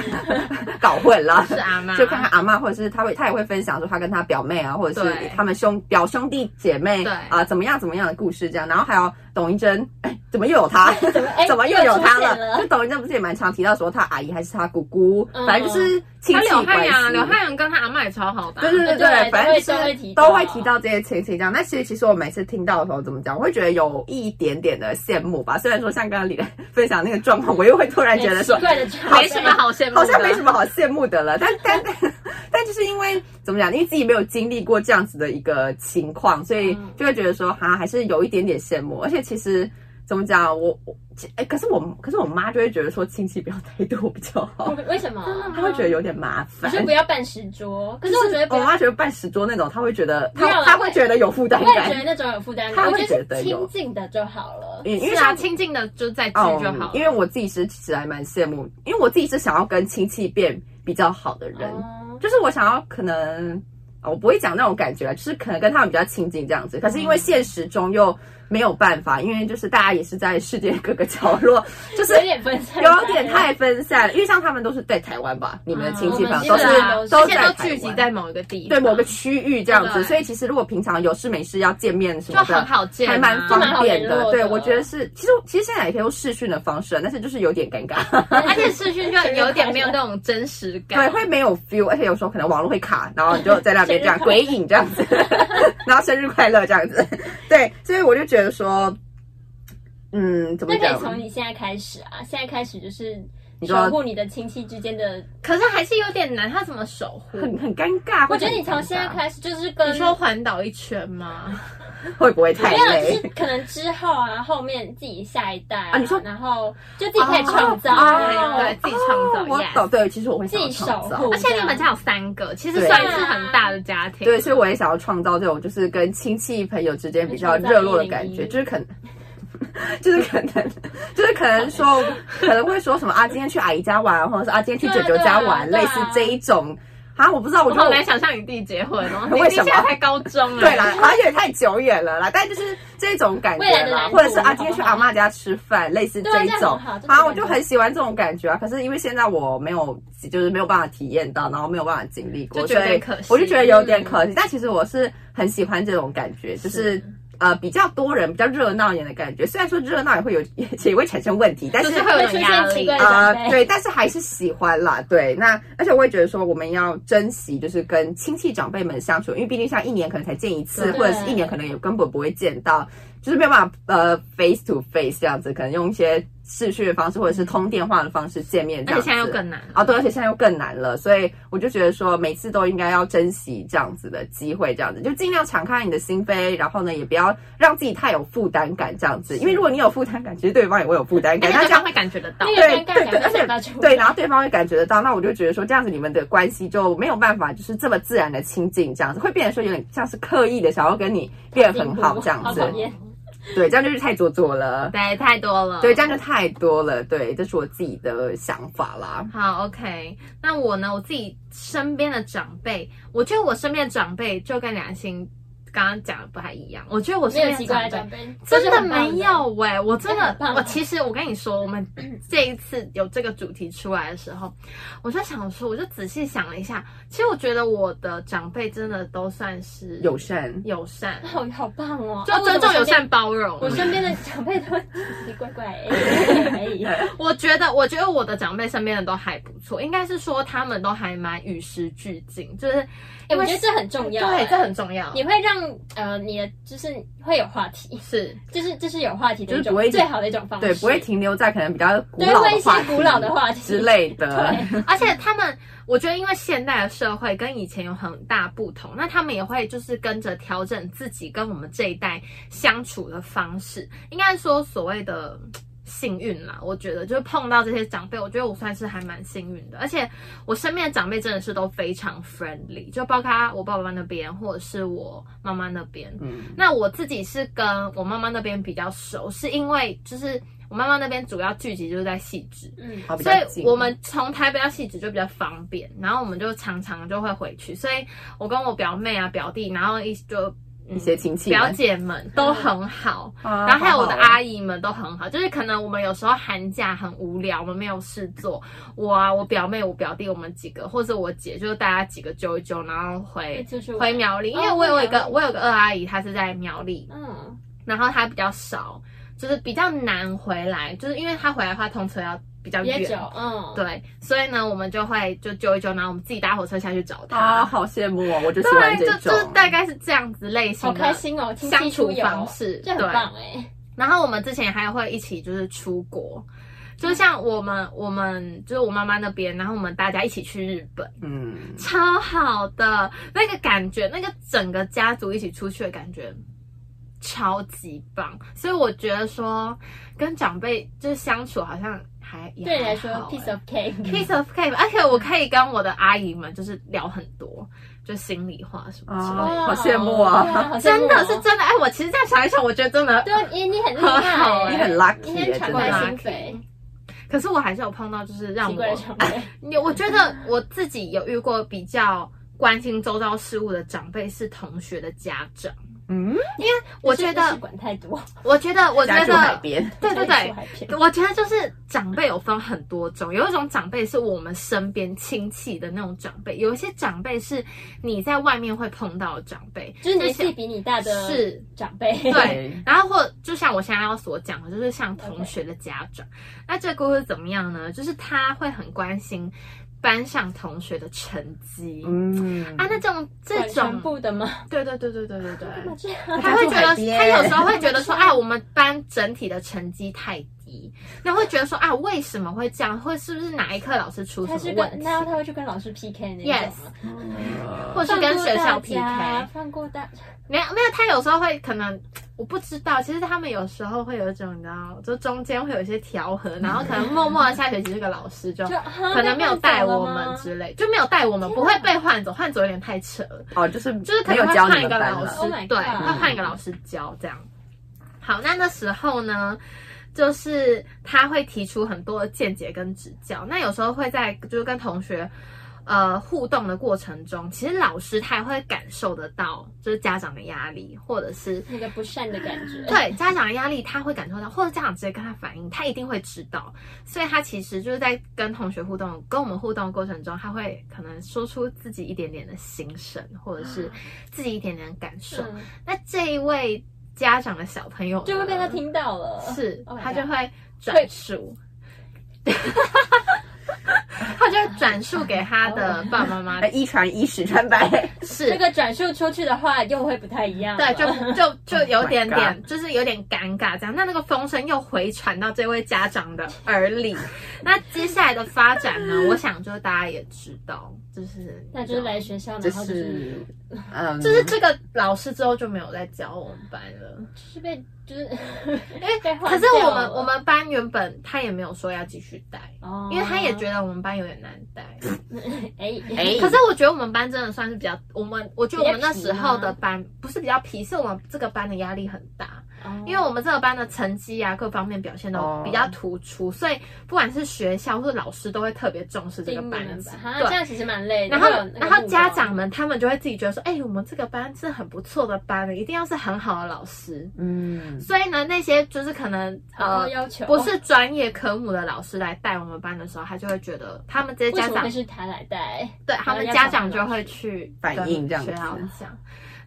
Speaker 2: 搞混了。
Speaker 1: 是啊阿妈，
Speaker 2: 就看看阿嬷，或者是她会，她也会分享说她跟她表妹啊，或者是
Speaker 1: 对
Speaker 2: 他们兄表兄弟姐妹
Speaker 1: 对
Speaker 2: 啊、怎么样怎么样的故事这样。然后还有董一珍，哎，怎么又有她？
Speaker 3: 怎么哎
Speaker 2: 怎么又有她
Speaker 3: 出现
Speaker 2: 了？就董一珍不是也蛮常提到说她阿姨还是她姑姑，
Speaker 3: 嗯
Speaker 2: 反正就是亲
Speaker 1: 他
Speaker 2: 戚
Speaker 1: 刘
Speaker 2: 关
Speaker 1: 汉阳，
Speaker 2: 系。
Speaker 1: 刘汉阳跟他阿妈也超好的啊、
Speaker 2: 对对对
Speaker 3: 对
Speaker 2: 反
Speaker 3: 都
Speaker 2: 正就是
Speaker 3: 会都会提到
Speaker 2: 都会提到这些亲戚这样。那其实其实我每次听到的时候，怎么讲，我会觉得有一点点的羡慕吧。虽然说像刚刚李兰分享那个状况，我又会突然觉得说
Speaker 3: 奇，怪的长辈
Speaker 1: 没什么好羡慕的，
Speaker 2: 好像没什么好羡慕的了。但但 但但就是因为怎么讲，因为自己没有经历过这样子的一个情况，所以就会觉得说，哈，还是有一点点羡慕。而且其实怎么讲，我我其哎、可是我可是我妈就会觉得说，亲戚不要 太多比较好，
Speaker 3: 为什么？
Speaker 2: 她会觉得有点麻
Speaker 3: 你
Speaker 2: 烦哦
Speaker 3: 说。不要办十桌，可是我觉得不
Speaker 2: 我
Speaker 3: 要
Speaker 2: 妈觉得办十桌那种，她会觉得她
Speaker 3: 没有啦
Speaker 2: 她会觉得有负担
Speaker 3: 我也觉得
Speaker 2: 感，
Speaker 3: 那种有负担
Speaker 2: 他
Speaker 3: 感，
Speaker 2: 会
Speaker 3: 我
Speaker 2: 觉得
Speaker 3: 是
Speaker 2: 有
Speaker 3: 亲近的就好了。
Speaker 2: 因因
Speaker 1: 因
Speaker 2: 为
Speaker 1: 为
Speaker 2: 像
Speaker 1: 他亲近的就在聚
Speaker 2: 哦，
Speaker 1: 就好了，
Speaker 2: 因为我自己是其实还蛮羡慕，因为我自己是想要跟亲戚变比较好的人，
Speaker 3: 哦
Speaker 2: 就是我想要可能啊我不会讲那种感觉啊，就是可能跟他们比较亲近这样子。可是因
Speaker 3: 嗯
Speaker 2: 为现实中又没有办法，因为就是大家也是在世界各个角 落，就是
Speaker 3: 有点分散，
Speaker 2: 有点太分散了。因为像他们都是在台湾吧，你们的亲戚朋友
Speaker 3: 哦我
Speaker 2: 都
Speaker 3: 们
Speaker 2: 是
Speaker 3: 基本上
Speaker 2: 都
Speaker 1: 而
Speaker 2: 在
Speaker 1: 且都
Speaker 2: 台
Speaker 1: 聚集
Speaker 2: 湾。
Speaker 1: 在某一个地方，
Speaker 2: 对某个区域这样子，
Speaker 1: 对
Speaker 2: 所以其实如果平常有事没事要见面什
Speaker 1: 就
Speaker 2: 么的
Speaker 1: 很，好见、啊，
Speaker 2: 还蛮
Speaker 3: 就蛮
Speaker 2: 方
Speaker 3: 好
Speaker 2: 便
Speaker 3: 联
Speaker 2: 的。
Speaker 3: 络
Speaker 2: 对，
Speaker 3: 的
Speaker 2: 我觉得是，其实其实现在也可以用视讯的方式啊，但是就是有点尴
Speaker 3: 啊
Speaker 2: 尬，
Speaker 1: 而且视讯就有点没有那种真实
Speaker 2: 对，
Speaker 1: 感，
Speaker 2: 会没有 feel，而且有时候可能网络会卡，然后你就在那边 这样
Speaker 3: 生日快
Speaker 2: 鬼影这样子， 然后生日快乐这样子， 对，所以我就觉得说，嗯，怎么
Speaker 3: 那可以
Speaker 2: 讲？
Speaker 3: 从你现在开始啊，现在开始就是
Speaker 2: 你说
Speaker 3: 守护你的亲戚之间的。
Speaker 1: 可是还是有点难，他怎么守护？
Speaker 2: 很很尴尬，
Speaker 3: 我觉
Speaker 2: 会
Speaker 3: 得
Speaker 2: 很
Speaker 3: 你从
Speaker 2: 尴尬
Speaker 3: 现在开始就是跟
Speaker 1: 你说环岛一圈吗？
Speaker 2: 会不会太
Speaker 3: 没有，
Speaker 2: 累
Speaker 3: 就是？可能之后啊，后面自己下一代啊，
Speaker 2: 啊你说
Speaker 3: 然后就自己可以创造，
Speaker 2: 哦
Speaker 1: 对
Speaker 3: 对
Speaker 1: 对自己创造
Speaker 2: 我
Speaker 1: yes
Speaker 2: 懂，对，其实我会想要
Speaker 3: 自己
Speaker 2: 创
Speaker 3: 守
Speaker 2: 造
Speaker 3: 护
Speaker 1: 而且你们家有三个，其实算是很大的家庭。
Speaker 2: 对，所以我也想要创造这种就是跟亲戚朋友之间比较热络的感觉，
Speaker 3: 嗯
Speaker 2: 就是可能。 就是可能，就是可能说，可能会说什么啊，今天去阿姨家玩，或者是啊，今天去舅舅家玩，
Speaker 3: 对啊对啊
Speaker 2: 类似这一种啊，我不知道，我
Speaker 1: 我
Speaker 2: 觉得
Speaker 1: 好
Speaker 2: 我
Speaker 1: 难想象你弟结婚哦，你
Speaker 2: 为
Speaker 1: 弟
Speaker 2: 什
Speaker 1: 现
Speaker 2: 么
Speaker 1: 在才高中啊。
Speaker 2: 对啦，好像有点太久远了啦，但就是这种感觉
Speaker 3: 未来的
Speaker 2: 啦
Speaker 3: 蓝，图
Speaker 2: 或者是啊，今天去阿妈家吃饭，类似
Speaker 3: 对啊
Speaker 2: 一
Speaker 3: 这样
Speaker 2: 种
Speaker 3: 很好这，种
Speaker 2: 啊，我就
Speaker 3: 感觉
Speaker 2: 很喜欢这种感觉啊。可是因为现在我没有，就是没有办法体验到，然后没有办法经历过，
Speaker 1: 就觉得
Speaker 2: 所
Speaker 1: 有
Speaker 2: 以
Speaker 1: 点可惜
Speaker 2: 我就觉得有点可惜。但其实我是很喜欢这种感觉，就是。呃，比较多人，比较热闹一点的感觉。虽然说热闹也会有， 也也会产生问题，但
Speaker 1: 就是是会有点压
Speaker 3: 会出现奇
Speaker 1: 力
Speaker 3: 怪。的
Speaker 2: 啊、
Speaker 3: 长辈
Speaker 2: 对，但是还是喜欢啦，对。那而且我也觉得说，我们要珍惜，就是跟亲戚长辈们相处，因为毕竟像一年可能才见一次，
Speaker 1: 对
Speaker 2: 或者是一年可能也根本不会见到，就是没有办法呃 face to face 这样子，可能用一些视讯的方式或者是通电话的方式见面这
Speaker 1: 而
Speaker 2: 样
Speaker 1: 且
Speaker 2: 子。
Speaker 1: 现在又更难，
Speaker 2: 啊、对，而且现在又更难了，所以我就觉得说，每次都应该要珍惜这样子的机会，这样子就尽量敞开你的心扉，然后呢，也不要让自己太有负担感，这样子，因为如果你有负担感，其实对方也会有负担
Speaker 1: 而
Speaker 2: 感，
Speaker 1: 且
Speaker 2: 那
Speaker 1: 对
Speaker 2: 这样
Speaker 1: 方会感觉得到
Speaker 3: 那。个
Speaker 2: 啊对
Speaker 3: 尴
Speaker 2: 对
Speaker 3: 尬
Speaker 2: 对，而
Speaker 3: 感会散
Speaker 2: 且
Speaker 3: 发出 来，
Speaker 2: 对，然后对方会感觉得到，那我就觉得说这样子你们的关系就没有办法就是这么自然的亲近，这样子会变得说有点像是刻意的想要跟你变得很好这样
Speaker 3: 好
Speaker 2: 子
Speaker 3: 讨，厌。
Speaker 2: 对，这样就是太做作了，
Speaker 1: 对，太多了。
Speaker 2: 对，这样就太多了，对，这是我自己的想法啦。
Speaker 1: 好，OK。那我呢？我自己身边的长辈，我觉得我身边的长辈就跟两星刚刚讲的不太一样。我觉得我身
Speaker 3: 没有
Speaker 1: 边
Speaker 3: 奇
Speaker 1: 的
Speaker 3: 怪的
Speaker 1: 长
Speaker 3: 长
Speaker 1: 辈
Speaker 3: 辈，
Speaker 1: 真
Speaker 3: 这是
Speaker 1: 的
Speaker 3: 很棒
Speaker 1: 没有喂、我真
Speaker 3: 这
Speaker 1: 的
Speaker 3: 很棒，啊
Speaker 1: 我其实我跟你说，我们这一次有这个主题出来的时候，我就想说，我就仔细想了一下，其实我觉得我的长辈真的都算是
Speaker 2: 友善。
Speaker 1: 友 善，
Speaker 3: 好好棒哦！
Speaker 1: 就尊重、友善、
Speaker 3: 啊。
Speaker 1: 包容。欸
Speaker 3: 我身边我身边的长辈都奇奇怪怪，哎，哎哎
Speaker 1: 我觉得，我觉得我的长辈身边的都还不错，应该是说他们都还蛮与时俱进，就是
Speaker 3: 哎，我觉得这很重要，
Speaker 1: 对，
Speaker 3: 哎
Speaker 1: 这很重要。
Speaker 3: 你会让呃你的就是会有话题，
Speaker 1: 是
Speaker 3: 就是这是有话题的一
Speaker 2: 就是
Speaker 3: 种
Speaker 2: 不会
Speaker 3: 最好的一种方式，
Speaker 2: 对，不会停留在可能比较古
Speaker 3: 对
Speaker 2: 老
Speaker 3: 问
Speaker 2: 的
Speaker 3: 一些
Speaker 2: 话题
Speaker 3: 古老的话题
Speaker 2: 之类的。
Speaker 1: 而且他们，我觉得因为现代的社会跟以前有很大不同，那他们也会就是跟着调整自己跟我们这一代相处的方式，应该说所谓的。嗯幸运啦，我觉得就是碰到这些长辈，我觉得我算是还蛮幸运的。而且我身边的长辈真的是都非常 friendly，就包括我爸爸那边或者是我妈妈那边，
Speaker 2: 嗯，
Speaker 1: 那我自己是跟我妈妈那边比较熟，是因为就是我妈妈那边主要聚集就是在汐止，
Speaker 3: 嗯，
Speaker 2: 好，比
Speaker 1: 所
Speaker 2: 较近
Speaker 1: 以我们从台北到汐止就比较方便，然后我们就常常就会回去，所以我跟我表妹啊、表弟，然后一就、嗯
Speaker 2: 一些亲戚
Speaker 1: 表
Speaker 2: 们
Speaker 1: 姐们都很好。
Speaker 2: 啊
Speaker 1: 然后还有我的
Speaker 2: 好好
Speaker 1: 阿姨们都很好，就是可能我们有时候寒假很无聊，我们没有事做，我啊、我表妹、我表弟，我们几个，或者我姐，就是大家几个揪一揪，然后回
Speaker 3: 就是
Speaker 1: 回苗栗，因为
Speaker 3: 哦
Speaker 1: 我
Speaker 2: 啊
Speaker 1: 有一个
Speaker 3: 苗栗
Speaker 1: 我有个二阿姨，她是在苗栗，
Speaker 3: 嗯，
Speaker 1: 然后她比较少，就是比较难回来，就是因为她回来的话通车要比较
Speaker 3: 也
Speaker 1: 远
Speaker 3: 久，，嗯，
Speaker 1: 对，所以呢，我们就会就揪一揪，然后我们自己搭火车下去找
Speaker 2: 啊，
Speaker 1: 她。
Speaker 2: 好羡慕哦，我就喜欢
Speaker 1: 对，
Speaker 2: 这
Speaker 1: 就就是
Speaker 2: 种。
Speaker 1: 大概是这样子类型
Speaker 3: 好
Speaker 1: 的
Speaker 3: 开心哦，亲
Speaker 1: 相
Speaker 3: 戚
Speaker 1: 处
Speaker 3: 出游
Speaker 1: 方式，
Speaker 3: 这很
Speaker 1: 对。
Speaker 3: 棒哎，
Speaker 1: 然后我们之前还会一起就是出国，就像我们我们就是我妈妈那边，然后我们大家一起去日本，
Speaker 2: 嗯，
Speaker 1: 超好的那个感觉，那个整个家族一起出去的感觉。超级棒，所以我觉得说跟长辈就是相处好像还也
Speaker 3: 对你来说
Speaker 1: 还好欸
Speaker 3: ，piece of cake，
Speaker 1: piece of cake，而且我可以跟我的阿姨们就是聊很多，就心里话什么之类的。
Speaker 2: 哦好羡慕啊
Speaker 3: 对好羡
Speaker 1: 真
Speaker 3: 慕哦
Speaker 1: 的是真的，哎，我其实这样想一想，我觉得真的
Speaker 3: 对，啊你你很厉害
Speaker 1: 很 好
Speaker 3: 欸，
Speaker 1: 你
Speaker 2: 很 lucky
Speaker 3: 今天敞开心扉，
Speaker 1: 可是我还是有碰到，就是让
Speaker 3: 奇怪
Speaker 1: 我
Speaker 3: 的长辈，
Speaker 1: 你我觉得我自己有遇过比较关心周遭事物的长辈是同学的家长，
Speaker 2: 嗯，
Speaker 1: 我觉
Speaker 3: 就是
Speaker 1: 得
Speaker 3: 管太多，
Speaker 1: 我觉得我
Speaker 2: 家
Speaker 1: 觉
Speaker 2: 住海
Speaker 1: 得
Speaker 2: 边，
Speaker 1: 对对
Speaker 3: 家里
Speaker 1: 对
Speaker 3: 住。海边
Speaker 1: 我觉得就是长辈有分很多种，有一种长辈是我们身边亲戚的那种长辈，有一些长辈是你在外面会碰到的长辈，
Speaker 3: 就是
Speaker 1: 那
Speaker 3: 年
Speaker 1: 些
Speaker 3: 纪比你大的
Speaker 1: 是
Speaker 3: 长辈，
Speaker 1: 对，然后或就像我现在要所讲的，就是像同学的家长。那这个故事怎么样呢？就是他会很关心班上同学的成绩、
Speaker 2: 嗯
Speaker 1: 啊，那这种这
Speaker 3: 管全
Speaker 1: 种，
Speaker 3: 部的吗？
Speaker 1: 对对对对对对对，
Speaker 3: 那这样
Speaker 1: 他会觉得
Speaker 2: 家住海边
Speaker 1: 他有时候会觉得说，
Speaker 3: 没错
Speaker 1: 哎，我们班整体的成绩太低，那会觉得说啊，为什么会这样？会是不是哪一科老师出
Speaker 3: 他
Speaker 1: 什
Speaker 3: 是
Speaker 1: 么问
Speaker 3: 跟
Speaker 1: 题？
Speaker 3: 那他会去跟老师 PK 那种吗
Speaker 1: 或是跟学校 PK，
Speaker 3: 放过大家，
Speaker 1: 没有没有，他有时候会可能我不知道，其实他们有时候会有一种你知道，就中间会有一些调和，然后可能默默的下学期这个老师就
Speaker 3: 放过大就啊
Speaker 1: 可能没有带我们
Speaker 3: 之
Speaker 1: 之类，就没有带我们，
Speaker 3: 天
Speaker 1: 不
Speaker 3: 哪
Speaker 1: 会被换走，换走有点太扯了，
Speaker 2: 哦，就是
Speaker 1: 就是可
Speaker 2: 没有
Speaker 1: 能会
Speaker 2: 教
Speaker 1: 换
Speaker 2: 你
Speaker 1: 一
Speaker 2: 们
Speaker 1: 个
Speaker 2: 班
Speaker 1: 老
Speaker 2: 了
Speaker 1: 师
Speaker 3: Oh my，god
Speaker 1: 对，会换一个老师教这样。好，那那时候呢，就是他会提出很多的见解跟指教，那有时候会在就是跟同学。呃，互动的过程中，其实老师他也会感受得到，就是家长的压力，或者是
Speaker 3: 那个不善的感 觉，
Speaker 1: 对家长的压力，他会感受到，或者家长直接跟他反映，他一定会知道。所以他其实就是在跟同学互动、跟我们互动的过程中，他会可能说出自己一点点的心声，或者是自己一点点的感受。
Speaker 3: 嗯，
Speaker 1: 那这一位家长的小朋友呢
Speaker 3: 就会被他听到了，
Speaker 1: 是
Speaker 3: Oh my
Speaker 1: 他
Speaker 3: God
Speaker 1: 就会转述， 他就会转述给他的爸爸妈妈
Speaker 2: 哎，一传一，十传 百，
Speaker 1: 是
Speaker 3: 这个转述出去的话又会不太一样了，
Speaker 1: 对，就 就就有点
Speaker 2: Oh my
Speaker 1: 点，就是有点尴尬这样。那那个风声又回传到这位家长的耳里，那接下来的发展呢？我想就大家也知道，就是
Speaker 3: 那就是来学校，
Speaker 2: 就
Speaker 3: 然后就是
Speaker 2: 是嗯，
Speaker 1: 就是这个老师之后就没有再教我们班了。
Speaker 3: 就是被就是，
Speaker 1: 因为
Speaker 3: 被换
Speaker 1: 可是
Speaker 3: 掉
Speaker 1: 我们
Speaker 3: 了
Speaker 1: 我们班原本他也没有说要继续带，
Speaker 3: 哦
Speaker 1: 因为他也觉得我们班有点难带。
Speaker 3: 哎
Speaker 2: 哎
Speaker 1: 可是我觉得我们班真的算是比较，我们我觉得我们那时候的班不是比较皮，是我们这个班的压力很大。因
Speaker 3: 哦
Speaker 1: 为我们这个班的成绩啊，各方面表现
Speaker 2: 哦
Speaker 1: 都比较突出，所以不管是学校或者老师都会特别重视这个
Speaker 3: 啊盯你
Speaker 1: 班
Speaker 3: 们
Speaker 1: 级
Speaker 3: 吧，。
Speaker 2: 嗯
Speaker 3: 哈，
Speaker 1: 对
Speaker 3: 这样其实蛮累的。
Speaker 1: 然后
Speaker 3: 会有那，个
Speaker 1: 然后
Speaker 3: 目
Speaker 1: 家
Speaker 3: 标
Speaker 1: 长们他们就会自己觉得说，哎、我们这个班是很不错的班欸的，一定要是很好的老师。
Speaker 2: 嗯，
Speaker 1: 所以呢，那些就是可能
Speaker 3: 好高
Speaker 1: 呃
Speaker 3: 哦要求
Speaker 1: 不是专业科目的老师来带我们班的时候，他就会觉得他们这些
Speaker 3: 哦为
Speaker 1: 家
Speaker 3: 什么
Speaker 1: 长
Speaker 3: 会是他来带？
Speaker 1: 对他们家长就会去
Speaker 2: 反映这样子
Speaker 1: 跟学校讲，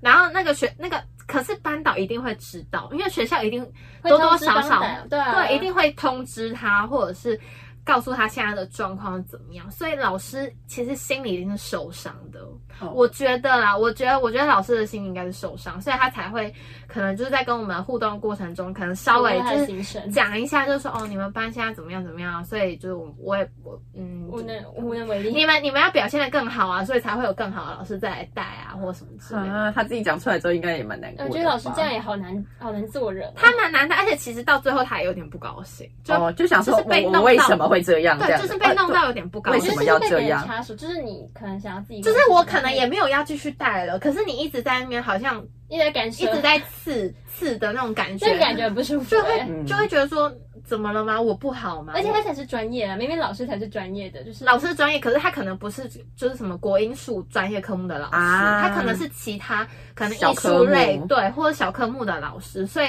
Speaker 1: 然后那个学那个可是班导一定会知道，因为学校一定
Speaker 3: 会
Speaker 1: 多多
Speaker 3: 通知
Speaker 1: 少
Speaker 3: 班
Speaker 1: 少
Speaker 3: 导对啊
Speaker 1: 对一定会通知他，或者是告诉他现在的状况是怎么样，所以老师其实心里一定是受伤的。
Speaker 2: 哦
Speaker 1: 我觉得啦，我觉得我觉得老师的心里应该是受伤，所以他才会可能就是在跟我们互动的过程中，可能稍微
Speaker 3: 他
Speaker 1: 就
Speaker 3: 的
Speaker 1: 是。
Speaker 3: 心声，
Speaker 1: 讲一下，就是说哦，你们班现在怎么样怎么样啊，所以就是我我也我嗯，
Speaker 3: 无能无能为力。
Speaker 1: 你们你们要表现的更好啊，所以才会有更好的老师再来带啊，或什么之
Speaker 3: 嗯
Speaker 1: 类的。
Speaker 2: 啊，他自己讲出来之后应该也蛮难过
Speaker 3: 我
Speaker 2: 的吧。
Speaker 3: 觉得老师这样也好难，好难做人哦。
Speaker 1: 他蛮难的，而且其实到最后他也有点不高兴，就、
Speaker 2: 哦，就想说
Speaker 1: 就是被
Speaker 2: 我
Speaker 1: 弄到
Speaker 2: 我为什么会这样？这
Speaker 1: 对，
Speaker 2: 样
Speaker 1: 就是
Speaker 2: 子
Speaker 1: 被
Speaker 2: 呃
Speaker 1: 弄到有点不高
Speaker 2: 为
Speaker 1: 兴
Speaker 2: 什。么
Speaker 3: 我觉
Speaker 2: 要
Speaker 3: 得是被
Speaker 2: 这
Speaker 3: 别人
Speaker 2: 样
Speaker 3: 插手，就是你可能想要自己，
Speaker 1: 就是我可能也没有要继续带了，可是你一直在那边好像
Speaker 3: 一直在干涉，
Speaker 1: 一直在刺刺的那种感觉，
Speaker 3: 这感觉很不舒服
Speaker 1: 就
Speaker 3: 欸。
Speaker 2: 嗯
Speaker 1: 会
Speaker 2: 哦
Speaker 1: 就会觉得说怎么了吗？我不好吗？
Speaker 3: 而且他才是专业啊，明明老师才是专业的，就是
Speaker 1: 老师专业，可是他可能不是就是什么国英数专业科目的老师，
Speaker 2: 啊
Speaker 1: 他可能是其他可能
Speaker 2: 小
Speaker 1: 艺
Speaker 2: 科
Speaker 1: 术
Speaker 2: 目
Speaker 1: 类对或者小科目的老师，所以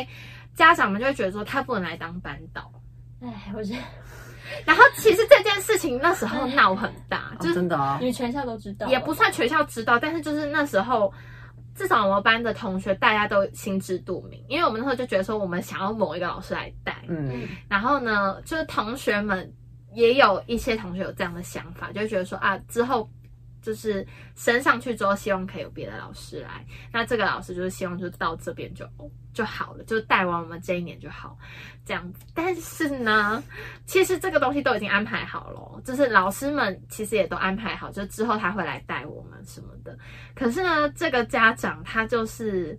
Speaker 1: 家长们就会觉得说他不能来当班导。
Speaker 3: 哎，我觉得
Speaker 1: 哦然后其实这件事情那时候闹很大，
Speaker 2: 哦
Speaker 1: 就是
Speaker 2: 真的哦
Speaker 3: 你，们全校都知道，
Speaker 1: 也不算全校知道，但是就是那时候。至少我们班的同学大家都心知肚明，因为我们那时候就觉得说我们想要某一个老师来带，
Speaker 2: 嗯，
Speaker 1: 然后呢，就是同学们也有一些同学有这样的想法，就觉得说啊，之后就是升上去之后，希望可以有别的老师来。那这个老师就是希望就到这边就就好了，就带完我们这一年就好这样子。但是呢，其实这个东西都已经安排好了，就是老师们其实也都安排好，就之后他会来带我们什么的。可是呢，这个家长他就是。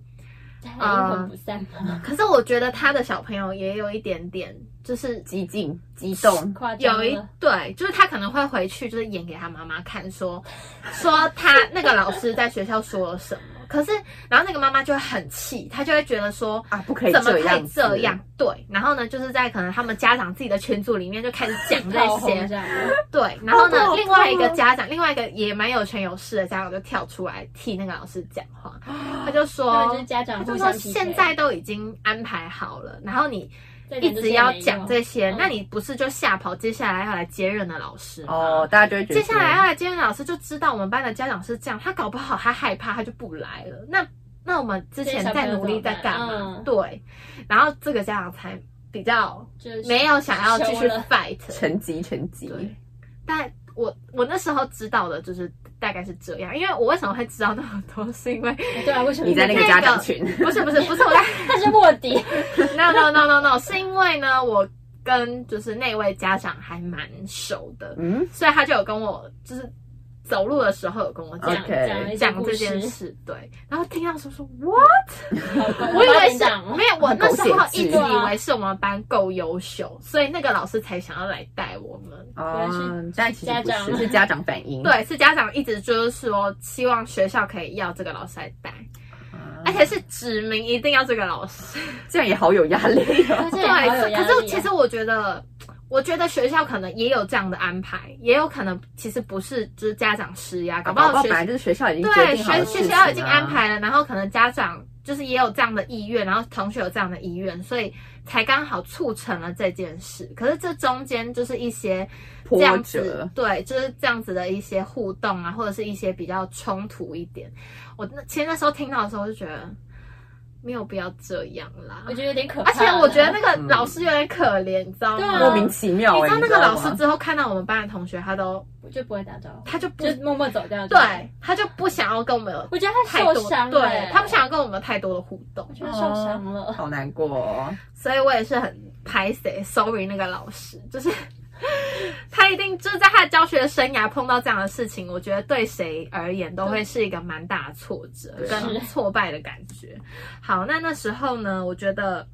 Speaker 3: 他还阴魂不散吗？
Speaker 1: 可是我觉得他的小朋友也有一点点，就是
Speaker 2: 激进激动，
Speaker 3: 夸张
Speaker 1: 有
Speaker 3: 了
Speaker 1: 一对，就是他可能会回去，就是演给他妈妈看 说，说他那个老师在学校说了什么。可是，然后那个妈妈就会很气，她就会觉得说
Speaker 2: 啊不可以
Speaker 1: 怎么可
Speaker 2: 这样
Speaker 1: 以
Speaker 2: 子
Speaker 1: 这样？对，然后呢，就是在可能他们家长自己的群组里面就开始 讲这
Speaker 3: 炮轰
Speaker 1: 些
Speaker 3: 这，样，
Speaker 1: 对。然后呢
Speaker 2: 好痛，哦
Speaker 1: 另外一个家长，另外一个也蛮有权有势的家长就跳出来替那个老师讲 话，他就
Speaker 3: 他们
Speaker 1: 说
Speaker 3: 就是，家
Speaker 1: 他
Speaker 3: 长
Speaker 1: 就
Speaker 3: 互
Speaker 1: 说
Speaker 3: 相匹配
Speaker 1: 现在都已经安排好了，然后你
Speaker 3: 这
Speaker 1: 一
Speaker 3: 点就是
Speaker 1: 直要
Speaker 3: 没用
Speaker 1: 讲这些，
Speaker 3: 嗯
Speaker 1: 那你不是就吓跑接下来要来接任的老师吗？
Speaker 2: 哦，大家就会觉得
Speaker 1: 接下来要来接任的老师就知道我们班的家长是这样，他搞不好他害怕，他就不来了。那那我们之前在努力在干
Speaker 3: 这些小朋友怎么
Speaker 1: 嘛
Speaker 3: 办？嗯
Speaker 1: 对，然后这个家长才比较
Speaker 3: 就是
Speaker 1: 没有想要继续
Speaker 3: 收了
Speaker 1: fight。
Speaker 2: 成绩成绩，
Speaker 1: 对，但我我那时候知道的就是大概是这样，因为我为什么会知道那么多，是因为
Speaker 3: 对啊，为什么
Speaker 2: 你在那个
Speaker 1: 那
Speaker 2: 家
Speaker 1: 个
Speaker 2: 长群，
Speaker 1: 不是不是不是我在。
Speaker 3: 他是卧 底，
Speaker 1: no no no no no，是因为呢，我跟就是那位家长还蛮熟的，
Speaker 2: 嗯，
Speaker 1: 所以他就有跟我就是走路的时候有跟我讲
Speaker 2: OK
Speaker 3: 了一些
Speaker 1: 讲
Speaker 3: 故
Speaker 1: 这
Speaker 3: 事
Speaker 1: 件，事，对。然后听到说说 what，
Speaker 3: 我
Speaker 1: 我以为是
Speaker 3: 讲
Speaker 1: 没有，我那时候
Speaker 2: 狗血
Speaker 1: 一
Speaker 2: 剧
Speaker 1: 直以为是我们班够优秀，所以那个老师才想要来带我们。
Speaker 3: 来是
Speaker 2: 哦，但其实不
Speaker 3: 家
Speaker 2: 是，
Speaker 3: 长
Speaker 2: 是家长反应，
Speaker 1: 对，是家长一直就是说希望学校可以要这个老师来带，
Speaker 2: 啊，
Speaker 1: 而且是指明一定要这个老师。
Speaker 2: 这样也好有压力 哦，
Speaker 3: 对， 好
Speaker 1: 对，
Speaker 3: 有压
Speaker 1: 可
Speaker 3: 力啊
Speaker 1: 是其实我觉得，我觉得学校可能也有这样的安排，也有可能其实不是就是家长施压，搞不好学
Speaker 2: 本来就是学校已经决
Speaker 1: 对
Speaker 2: 定好
Speaker 1: 学
Speaker 2: 的事
Speaker 1: 学
Speaker 2: 情
Speaker 1: 校已经
Speaker 2: 啊
Speaker 1: 安排了，然后可能家长就是也有这样的意愿，然后同学有这样的意愿，所以才刚好促成了这件事。可是这中间就是一些这
Speaker 2: 波
Speaker 1: 样
Speaker 2: 折
Speaker 1: 子，，对，就是这样子的一些互动啊，或者是一些比较冲突一点。我那其实那时候听到的时候就觉得。没有必要这样啦，
Speaker 3: 我觉得有点可 怕
Speaker 1: 而
Speaker 3: 了，
Speaker 1: 且我觉得那个老师有点可怜，你知道
Speaker 3: 对
Speaker 1: 吗？
Speaker 3: 啊
Speaker 2: 嗯莫名其妙
Speaker 1: 你
Speaker 2: 哎，
Speaker 1: 知道那个
Speaker 2: 吗
Speaker 1: 老师之后看到我们班的同学，他都
Speaker 3: 我就不会打招呼，
Speaker 1: 他就不
Speaker 3: 就默默走掉。
Speaker 1: 对，他就不想要跟我们有
Speaker 3: 我觉得
Speaker 1: 太
Speaker 3: 他受
Speaker 1: 多，
Speaker 3: 伤了，
Speaker 1: 对他不，想要跟我们有太多的互动
Speaker 3: 我，觉得受伤了。
Speaker 2: 好难过哦，
Speaker 1: 所以我也是很拍谁 sorry 那个老师，就是 他一定就是在他的教学生涯碰到这样的事情，我觉得对谁而言都会是一个蛮大的挫折
Speaker 2: 对啊
Speaker 1: 跟挫败的感觉。好，那那时候呢，我觉得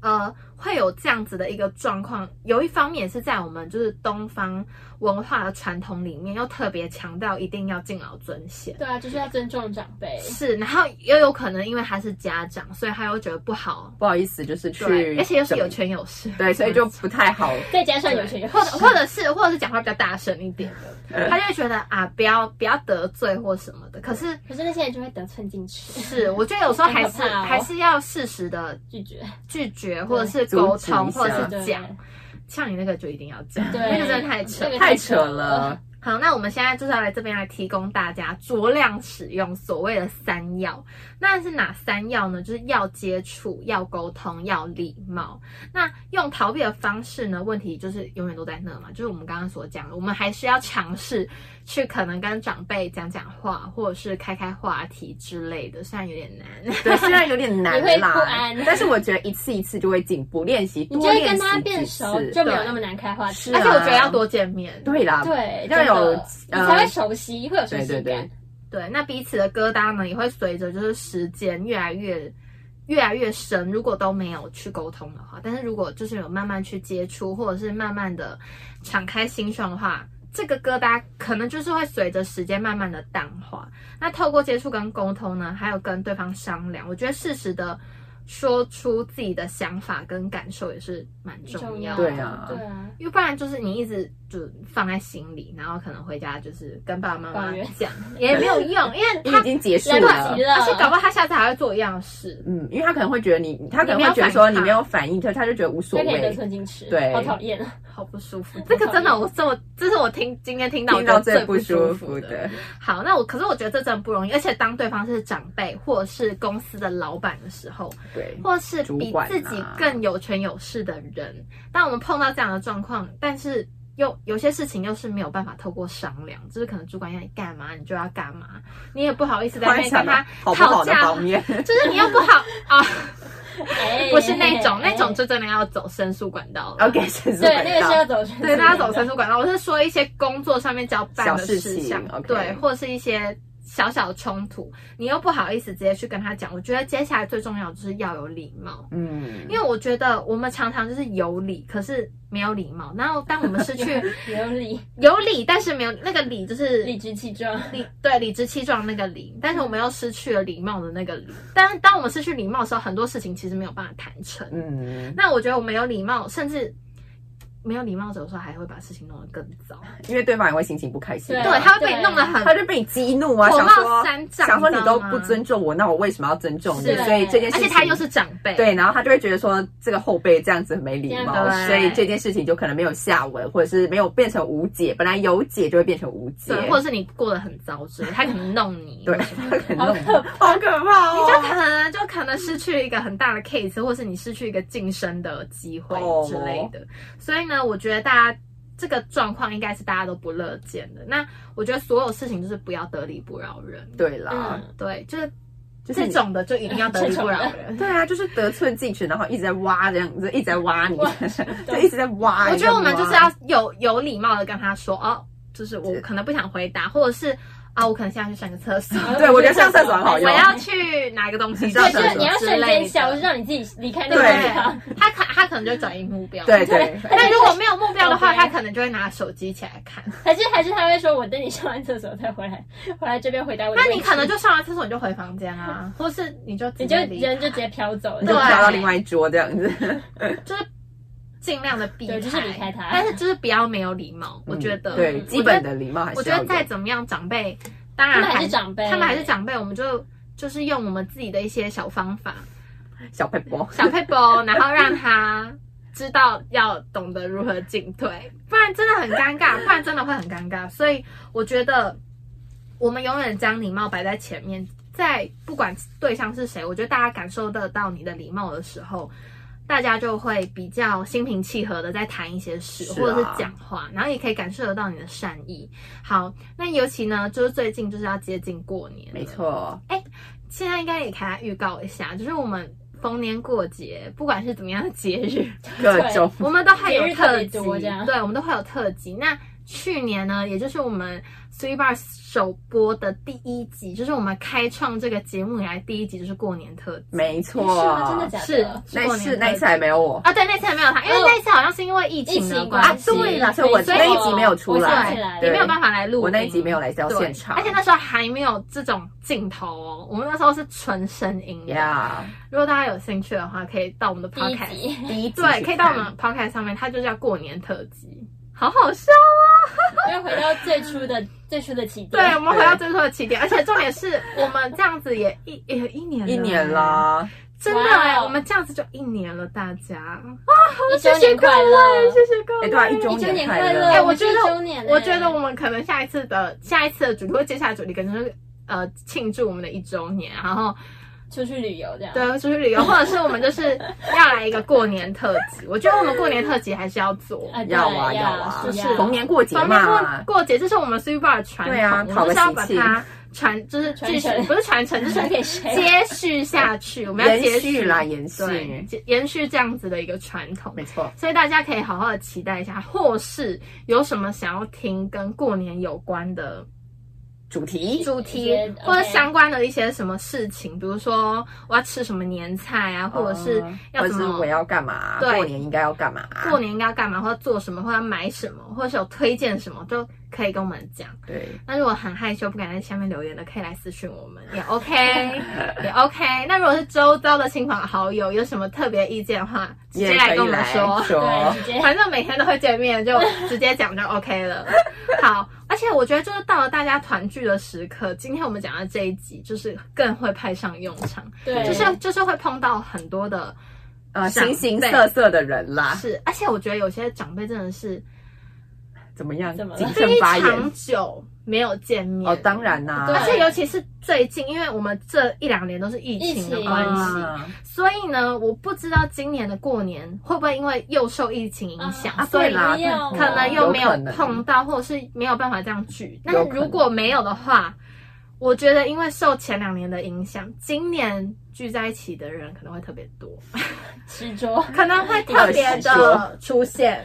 Speaker 1: 呃，会有这样子的一个状况，有一方面也是在我们就是东方文化的传统里面，又特别强调一定要敬老尊贤。
Speaker 3: 对啊，就是要尊重长辈。
Speaker 1: 是，然后也有可能因为他是家长，所以他又觉得不好，
Speaker 2: 不好意思，就是去
Speaker 1: 对，而且又是
Speaker 2: 整
Speaker 1: 有权嗯有势，
Speaker 2: 对，所以 就不太好。
Speaker 3: 再加上有些人
Speaker 1: 或者或者是或者是讲话比较大声一点
Speaker 2: 呃
Speaker 1: 的，他就会觉得啊，不要不要得罪或什么的。可是
Speaker 3: 可是那些人就会得寸进 尺，
Speaker 1: 是，我觉得有时候还是、
Speaker 3: 很可怕哦
Speaker 1: 还是要适时的
Speaker 3: 拒绝。
Speaker 1: 拒绝，或者是沟通，
Speaker 2: 阻
Speaker 1: 或
Speaker 2: 止一下
Speaker 1: 者
Speaker 3: 对
Speaker 1: 是讲。像你那个就一定要讲，
Speaker 3: 对
Speaker 1: 那个真的太扯
Speaker 3: 那。个
Speaker 2: 太扯了，
Speaker 1: 好，那我们现在就是要来这边来提供大家酌量使用所谓的三要。那是哪三要呢？就是要接触、要沟通、要礼貌。那用逃避的方式呢？问题就是永远都在那嘛，就是我们刚刚所讲的，我们还是要尝试去可能跟长辈讲讲话，或者是开开话题之类的，虽然有点难。
Speaker 2: 对，虽然有点难
Speaker 3: 你会不
Speaker 2: 啦
Speaker 3: 安，
Speaker 2: 但是我觉得一次一次就会进步，练习
Speaker 3: 你就
Speaker 2: 多
Speaker 3: 会
Speaker 2: 练
Speaker 3: 跟
Speaker 2: 习
Speaker 3: 他
Speaker 2: 几
Speaker 3: 变熟，
Speaker 2: 次
Speaker 3: 就没有那么难开话题
Speaker 2: 是。
Speaker 1: 而且我觉得
Speaker 2: 啊
Speaker 1: 要多见面。
Speaker 2: 对啦，
Speaker 3: 对，
Speaker 2: 要有
Speaker 3: 真的你才会熟悉，会有熟
Speaker 2: 对对
Speaker 3: 悉感
Speaker 2: 对。，
Speaker 1: 呃对，那彼此的疙瘩呢，也会随着就是时间越来越越来越深。如果都没有去沟通的话，但是如果就是有慢慢去接触，或者是慢慢的敞开心胸的话，这个疙瘩可能就是会随着时间慢慢的淡化。那透过接触跟沟通呢，还有跟对方商量，我觉得适时的说出自己的想法跟感受也是蛮重要的。
Speaker 2: 对啊
Speaker 3: 对啊，
Speaker 1: 因为不然就是你一直就放在心里，然后可能回家就是跟爸爸妈妈
Speaker 3: 抱怨
Speaker 1: 讲也没有用，因为
Speaker 2: 你
Speaker 1: 他
Speaker 2: 已经结束
Speaker 3: 来不
Speaker 2: 了
Speaker 3: 及。了，
Speaker 1: 而且搞不好他下次还会做一样的事。
Speaker 2: 嗯，因为他可能会觉得你，他可能
Speaker 1: 你没有
Speaker 2: 会觉
Speaker 1: 反
Speaker 2: 得说你
Speaker 1: 抗
Speaker 2: 没有反应，他他就觉得无所
Speaker 3: 他可以得
Speaker 2: 谓。
Speaker 3: 寸进尺，
Speaker 2: 对
Speaker 3: 好讨厌啊！
Speaker 1: 好不舒服，这个真的，我这我这是我听今天听到我
Speaker 2: 听
Speaker 1: 觉
Speaker 2: 到
Speaker 1: 得
Speaker 2: 最
Speaker 1: 不
Speaker 2: 不舒
Speaker 1: 服
Speaker 2: 服
Speaker 1: 的。
Speaker 2: 的，
Speaker 1: 好，那我可是我觉得这真的不容易，而且当对方是长辈或者是公司的老板的时候，
Speaker 2: 对，
Speaker 1: 或是比
Speaker 2: 主管啊
Speaker 1: 自己更有权有势的人，当我们碰到这样的状况，但是又有些事情又是没有办法透过商量，就是可能主管要你干嘛，你就要干嘛，你也不好意思在那
Speaker 2: 幻
Speaker 1: 边
Speaker 2: 想啊
Speaker 1: 跟他
Speaker 2: 到好不好
Speaker 1: 讨
Speaker 2: 的
Speaker 1: 价，
Speaker 2: 方 面，
Speaker 1: 就是你又不好啊，
Speaker 3: 哎
Speaker 1: 不是那 种，
Speaker 3: 哎
Speaker 1: 那种就真的要走申诉管道了。
Speaker 2: OK，是
Speaker 3: 对，那个是要走，
Speaker 1: 对，大家走申诉管道，我是说一些工作上面交办的
Speaker 2: 小事
Speaker 1: 事
Speaker 2: 情
Speaker 1: 项，
Speaker 2: ，OK
Speaker 1: 对，或是一些小小的冲突，你又不好意思直接去跟他讲。我觉得接下来最重要的就是要有礼貌。
Speaker 2: 嗯，
Speaker 1: 因为我觉得我们常常就是有理，可是没有礼貌。然后当我们失 去
Speaker 3: 没有理，
Speaker 1: 有理，但是没有那个理，就是
Speaker 3: 理直气壮。
Speaker 1: 理对理直气壮那个理，但是我们又失去了礼貌的那个理。但当我们失去礼貌的时候，很多事情其实没有办法谈成。
Speaker 2: 嗯，
Speaker 1: 那我觉得我们有礼貌，甚至没有礼貌，有时候还会把事情弄得更糟。
Speaker 2: 因为对方也会心情不开心啊，
Speaker 1: 对，他会被
Speaker 3: 对
Speaker 1: 弄得很
Speaker 2: 他就被你激怒啊，
Speaker 1: 火
Speaker 2: 想
Speaker 1: 冒
Speaker 2: 说
Speaker 1: 三丈
Speaker 2: 想说
Speaker 1: 你
Speaker 2: 你
Speaker 1: 知道
Speaker 2: 都
Speaker 1: 吗
Speaker 2: 不尊重我，那我为什么要尊重你？
Speaker 3: 是
Speaker 2: 所以这件事
Speaker 1: 啊而
Speaker 2: 情，
Speaker 1: 且他又是长辈，
Speaker 2: 对，然后他就会觉得说这个后辈这样子很没礼貌，
Speaker 1: 对
Speaker 2: 所以这件事情就可能没有下文，或者是没有变成无解，本来有解就会变成无解，
Speaker 1: 对，或者是你过得很糟之类，他可能弄你，
Speaker 2: 对，他可能弄不好可怕
Speaker 1: 你就
Speaker 2: 哦。
Speaker 1: 可能就可能失去一个很大的 case，或是你失去一个晋升的机会
Speaker 2: 哦
Speaker 1: 之类的。所以呢，我觉得大家这个状况应该是大家都不乐见的。那我觉得所有事情就是不要得理不饶人，
Speaker 2: 对啦，
Speaker 3: 嗯
Speaker 1: 对，就是
Speaker 2: 就是
Speaker 1: 这
Speaker 2: 你
Speaker 1: 种的就一定要得理不饶 人。
Speaker 2: 对啊，就是得寸进尺，然后一直在挖这样子，一直在挖你
Speaker 3: 哇，
Speaker 2: 就一直在挖。
Speaker 1: 我觉得我们
Speaker 2: 一直
Speaker 1: 就
Speaker 2: 在挖
Speaker 1: 是要有有礼貌的跟他说，哦，就是我可能不想回答，或者是啊，我可能现在去上个厕所，
Speaker 2: 对我觉得上厕所很好
Speaker 1: 我
Speaker 2: 用
Speaker 1: 要去拿个东西之
Speaker 2: 上
Speaker 1: 类
Speaker 3: 嗯对，
Speaker 1: 的，
Speaker 2: 厕所
Speaker 3: 就是你要瞬间消失，让你自己离开那个地方。
Speaker 1: 对，他可他可能就转移目标。
Speaker 2: 对对，
Speaker 1: 但如果没有目标的话，
Speaker 3: OK
Speaker 1: 他可能就会拿手机起来看。
Speaker 3: 还是还是他会说，我等你上完厕所再回来， 回来这边回答我的
Speaker 1: 那
Speaker 3: 问题。
Speaker 1: 你可能就上完厕所你就回房间 啊，或是你就直
Speaker 3: 你就
Speaker 1: 接离开
Speaker 3: 人就直接飘走了，
Speaker 2: 你就
Speaker 1: 对啊
Speaker 2: 飘到另外一桌这样子。
Speaker 1: 尽量的避开，
Speaker 3: 对就是离开他
Speaker 1: 但是就是不要没有礼貌， 我觉得。
Speaker 2: 嗯对
Speaker 1: 嗯
Speaker 2: 基本的礼貌还
Speaker 1: 我
Speaker 2: 是
Speaker 1: 觉得
Speaker 2: 要有。
Speaker 1: 再怎么样，长辈当然
Speaker 3: 他们还是长辈，
Speaker 1: 他们还
Speaker 2: 哎
Speaker 1: 是长辈，我们就就是用我们自己的一些小方法、
Speaker 2: 小佩波，
Speaker 1: 小配包，然后让他知道要懂得如何进退，不然真的很尴尬，不然真的会很尴尬。所以我觉得我们永远将礼貌摆在前面，在不管对象是谁，我觉得大家感受得到你的礼貌的时候。大家就会比较心平气和的在谈一些事，
Speaker 2: 是啊
Speaker 1: 或者是讲话，然后也可以感受得到你的善意。好，那尤其呢，就是最近就是要接近过年了，
Speaker 2: 没错，
Speaker 1: 现在应该也给大家预告一下，就是我们逢年过节，不 管是怎么样的节日，
Speaker 2: 各种
Speaker 1: 我们都还有特
Speaker 3: 节日特别多这
Speaker 1: 辑，
Speaker 3: 样
Speaker 1: 对，我们都会有特辑。那去年呢，也就是我们 Three Bar 首播的第一集，就是我们开创这个节目以来第一集，就是过年特辑。
Speaker 2: 没
Speaker 3: 是
Speaker 2: 错，
Speaker 3: 吗？真的假
Speaker 1: 是
Speaker 3: 的？
Speaker 1: 是
Speaker 2: 那
Speaker 1: 过年
Speaker 2: 一次
Speaker 1: 特
Speaker 2: 那一
Speaker 1: 辑
Speaker 2: 次还没有我
Speaker 1: 啊，对，那次还没有他，因为
Speaker 3: 哦
Speaker 1: 那次好像是因为疫
Speaker 3: 疫
Speaker 1: 情的
Speaker 3: 情
Speaker 1: 关
Speaker 2: 啊
Speaker 3: 关，系
Speaker 2: 对啦，所以我
Speaker 1: 所以
Speaker 2: 那一集没有出
Speaker 3: 我想
Speaker 2: 来
Speaker 3: 起来，了
Speaker 1: 你
Speaker 2: 对
Speaker 1: 没有办法来录音，
Speaker 2: 我那一集没有来到
Speaker 1: 对
Speaker 2: 现场，
Speaker 1: 而且那时候还没有这种镜头哦，我们那时候是纯声音的。
Speaker 2: 呀，
Speaker 1: 如果大家有兴趣的话，可以到我们的
Speaker 3: 第一
Speaker 1: podcast，
Speaker 3: 集，
Speaker 2: 第一集
Speaker 1: 对，
Speaker 2: 去
Speaker 1: 可以到我
Speaker 2: 看
Speaker 1: 们 podcast 上面，它就叫过年特辑，好好笑。哦
Speaker 3: 又回到最初的最初的起点。
Speaker 1: 对，我们回到最初的起点，而且重点是我们这样子也一也一年了
Speaker 2: 一年，啦，
Speaker 1: 真的哎，
Speaker 3: 哇哦
Speaker 1: 我们这样子就一年了，大家，
Speaker 3: 一周年快乐！
Speaker 1: 谢谢各
Speaker 2: 哎，
Speaker 1: 位。
Speaker 2: 对啊，一周
Speaker 3: 一周
Speaker 2: 年
Speaker 3: 年
Speaker 2: 快
Speaker 3: 快乐！
Speaker 1: 哎
Speaker 2: 乐，
Speaker 1: 我觉得
Speaker 3: 一周年欸，
Speaker 1: 我觉得我们可能下一次的下一次的主题，或接下来的主题可能就是呃庆祝我们的一周年，然
Speaker 3: 哦
Speaker 1: 后
Speaker 3: 出去旅游这样。
Speaker 1: 对出去旅游，或者是我们就是要来一个过年特辑。我觉得我们过年特辑还是要 做，
Speaker 3: 啊，对
Speaker 2: 要啊
Speaker 3: 要
Speaker 2: 啊，
Speaker 1: 就是
Speaker 3: 要
Speaker 2: 逢年过节
Speaker 1: 反正
Speaker 2: 嘛，
Speaker 1: 过过节，这是我们 Super Bar 的传统，
Speaker 2: 对啊
Speaker 1: 我
Speaker 2: 讨
Speaker 1: 们
Speaker 2: 个
Speaker 1: 是要把
Speaker 2: 喜气
Speaker 1: 它传，就是
Speaker 3: 传
Speaker 1: 继续
Speaker 3: 承
Speaker 1: 不是传承，就是
Speaker 3: 传给谁
Speaker 1: 接续下去，我们要接
Speaker 2: 延续啦，延
Speaker 1: 对
Speaker 2: 续，，
Speaker 1: 接延续这样子的一个传统。
Speaker 2: 没错，
Speaker 1: 所以大家可以好好的期待一下，或是有什么想要听跟过年有关的
Speaker 2: 主题呃
Speaker 1: 主
Speaker 3: 一
Speaker 1: 题
Speaker 3: 些，
Speaker 1: 或者
Speaker 3: OK
Speaker 1: 相关的一些什么事情，比如说我要吃什么年菜啊，
Speaker 3: 哦
Speaker 1: 或者是
Speaker 2: 嗯
Speaker 1: 要
Speaker 2: 或者
Speaker 1: 怎
Speaker 2: 是
Speaker 1: 么
Speaker 2: 我要干嘛，
Speaker 1: 对
Speaker 2: 过年应该要干嘛，
Speaker 1: 过年应该要干嘛，或者做什么，或者要买什么，或者是有推荐什么，都可以跟我们讲。
Speaker 2: 对，
Speaker 1: 那如果很害羞不敢在下面留言的，可以来私讯我们，也 OK，也 OK。那如果是周遭的亲朋好友有什么特别意见的话，直接
Speaker 2: 也可
Speaker 1: 来
Speaker 2: 以
Speaker 1: 跟我们
Speaker 2: 来
Speaker 1: 说。
Speaker 2: 说
Speaker 3: 对，直接
Speaker 1: 反正每天都会见面，就直接讲就 OK 了。好，而且我觉得就是到了大家团聚的时刻，今天我们讲的这一集就是更会派上用场，
Speaker 3: 对，
Speaker 1: 就是就是会碰到很多的
Speaker 2: 呃，
Speaker 1: 长
Speaker 2: 形形
Speaker 1: 辈
Speaker 2: 色色的人啦，
Speaker 1: 事，而且我觉得有些长辈真的是
Speaker 2: 怎么样
Speaker 3: 怎么，了
Speaker 2: 谨慎
Speaker 1: 非
Speaker 2: 发言
Speaker 1: 常。久没有见面
Speaker 2: 哦，当然啦、
Speaker 3: 对
Speaker 1: 而且尤其是最近，因为我们这一两年都是疫情的
Speaker 3: 疫情
Speaker 1: 关系，
Speaker 2: 啊
Speaker 1: 所以呢，我不知道今年的过年会不会因为又受疫情影响，
Speaker 2: 啊，
Speaker 1: 所
Speaker 2: 对
Speaker 1: 以
Speaker 2: 啦，
Speaker 3: 没有
Speaker 1: 可能又没
Speaker 2: 有可能
Speaker 1: 碰到，或者是没有办法这样聚。但
Speaker 2: 有
Speaker 1: 是
Speaker 2: 可能
Speaker 1: 如果没有的话，我觉得因为受前两年的影响，今年聚在一起的人可能会特别多，
Speaker 3: 吃桌。
Speaker 2: 嗯
Speaker 1: 可能会特别的出 现。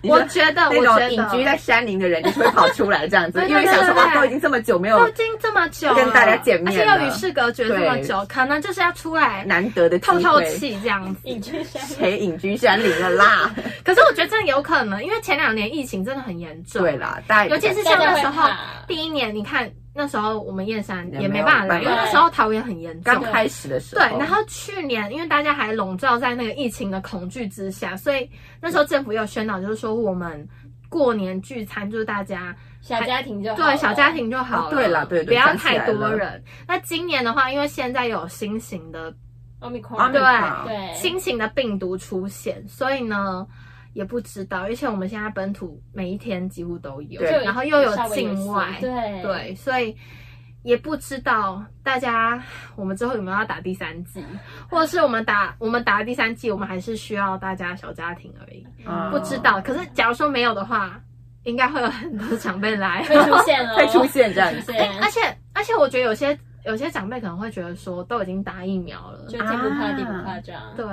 Speaker 2: 你说
Speaker 1: 我觉得，
Speaker 2: 那
Speaker 1: 我
Speaker 2: 种
Speaker 1: 觉
Speaker 2: 隐居
Speaker 1: 得。
Speaker 2: 在山林的人，就是会跑出来这 样子，
Speaker 1: 对对
Speaker 2: 因为想说
Speaker 1: 对对
Speaker 2: 哇，
Speaker 1: 对
Speaker 2: 都已经这么久没有
Speaker 1: 都已经这么久了，
Speaker 2: 跟大家见面了
Speaker 1: 而且又与世隔绝这么久，可能就是要出来
Speaker 2: 难得的机
Speaker 1: 透透
Speaker 2: 会，
Speaker 1: 气这样子。
Speaker 3: 隐居山林，
Speaker 2: 谁隐居山林 了啦？
Speaker 1: 可是我觉得真的有可能，因为前两年疫情真的很严重，
Speaker 2: 对，啦，大家
Speaker 1: 尤其是
Speaker 3: 大
Speaker 1: 像
Speaker 3: 家
Speaker 1: 那
Speaker 3: 会
Speaker 1: 时候
Speaker 3: 怕
Speaker 1: 第一年，你看那时候我们燕山
Speaker 2: 也
Speaker 1: 也
Speaker 2: 没
Speaker 1: 没
Speaker 2: 有
Speaker 1: 办法来，
Speaker 2: 办
Speaker 1: 因
Speaker 2: 法
Speaker 1: 为那时候桃园很严重
Speaker 2: 刚。开始的时
Speaker 1: 对
Speaker 2: 候，，
Speaker 1: 然后去年因为大家还笼罩在那个疫情的恐惧之下，所以那时候政府也有宣导，就是说我们过年聚餐就是大家
Speaker 3: 小家庭就好了
Speaker 1: 对小家庭就好了，
Speaker 2: 哦对啦对对
Speaker 1: 不要
Speaker 2: 想起
Speaker 1: 太
Speaker 2: 来
Speaker 1: 多
Speaker 2: 了
Speaker 1: 人。那今年的话，因为现在有新型的
Speaker 2: 哦
Speaker 3: ，omicron，
Speaker 1: 对
Speaker 3: 对，
Speaker 1: 新型的病毒出现，所以呢也不知道，而且我们现在本土每一天几乎都有，
Speaker 2: 对
Speaker 1: 然后又有
Speaker 3: 稍微
Speaker 1: 境外，
Speaker 3: 对，
Speaker 1: 对，所以也不知道大家我们之后有没有要打第三剂，或者是我们打我们打了第三剂，我们还是需要大家小家庭而已，
Speaker 2: 嗯
Speaker 1: 不知
Speaker 3: 哦
Speaker 1: 道。可是假如说没有的话，应该会有很多长辈来，
Speaker 3: 会出现了，
Speaker 2: 会出现这样子
Speaker 3: 出
Speaker 1: 哎
Speaker 3: 现
Speaker 1: 而且而且我觉得有些有些长辈可能会觉得说都已经打疫苗了，
Speaker 3: 就天不怕
Speaker 2: 啊
Speaker 3: 地不怕这样，
Speaker 1: 对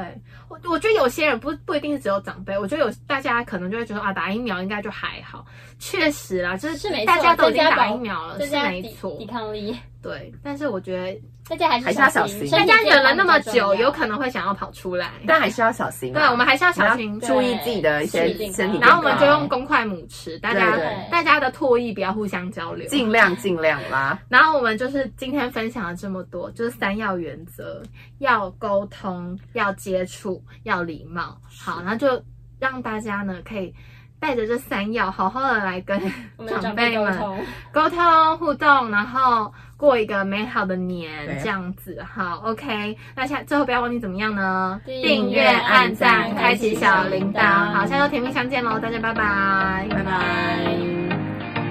Speaker 1: 我，我觉得有些人不不一定是只有长辈，我觉得有大家可能就会觉得啊，打疫苗应该就还好。确实啦，就是
Speaker 3: 是没错
Speaker 1: 大家都已经
Speaker 3: 增加
Speaker 1: 打
Speaker 3: 保
Speaker 1: 疫苗了，
Speaker 3: 增
Speaker 1: 是
Speaker 3: 加
Speaker 1: 没
Speaker 3: 抵
Speaker 1: 错
Speaker 3: 抵。抗力，
Speaker 1: 对，但是我觉得
Speaker 3: 大家还是
Speaker 2: 还是要小
Speaker 3: 心，
Speaker 2: 心
Speaker 1: 大
Speaker 2: 身
Speaker 1: 家忍了那么
Speaker 3: 身体健
Speaker 1: 久，
Speaker 3: 康
Speaker 1: 有可能会想要跑出来。
Speaker 2: 但还是要小心啊。
Speaker 1: 对，我们还是要小心
Speaker 2: 你。要注意自己的一些
Speaker 3: 对
Speaker 2: 身体健康，
Speaker 1: 然后我们就用公筷母匙，大家
Speaker 2: 对
Speaker 3: 对
Speaker 1: 大家的唾液不要互相交流。
Speaker 2: 尽量尽量啦。
Speaker 1: 然后我们就是今天分享了这么多，就是三要原则：要沟通，要接触，要礼貌。好，然后就让大家呢可以带着这三要，好好的来 跟
Speaker 3: 我们
Speaker 1: 长
Speaker 3: 长
Speaker 1: 辈
Speaker 3: 辈沟
Speaker 1: 们
Speaker 3: 通，
Speaker 1: 沟通互动，然后过一个美好的年
Speaker 2: 对，
Speaker 1: 这样子。好，OK。那下最后不要忘记怎么样呢？
Speaker 3: 订
Speaker 1: 订阅、
Speaker 3: 阅
Speaker 1: 按
Speaker 2: 按
Speaker 1: 赞、
Speaker 2: 赞
Speaker 1: 开启小铃铛。
Speaker 2: 开启小铃铛
Speaker 1: 好，下周甜蜜相见喽，大家拜拜，拜
Speaker 2: 拜拜。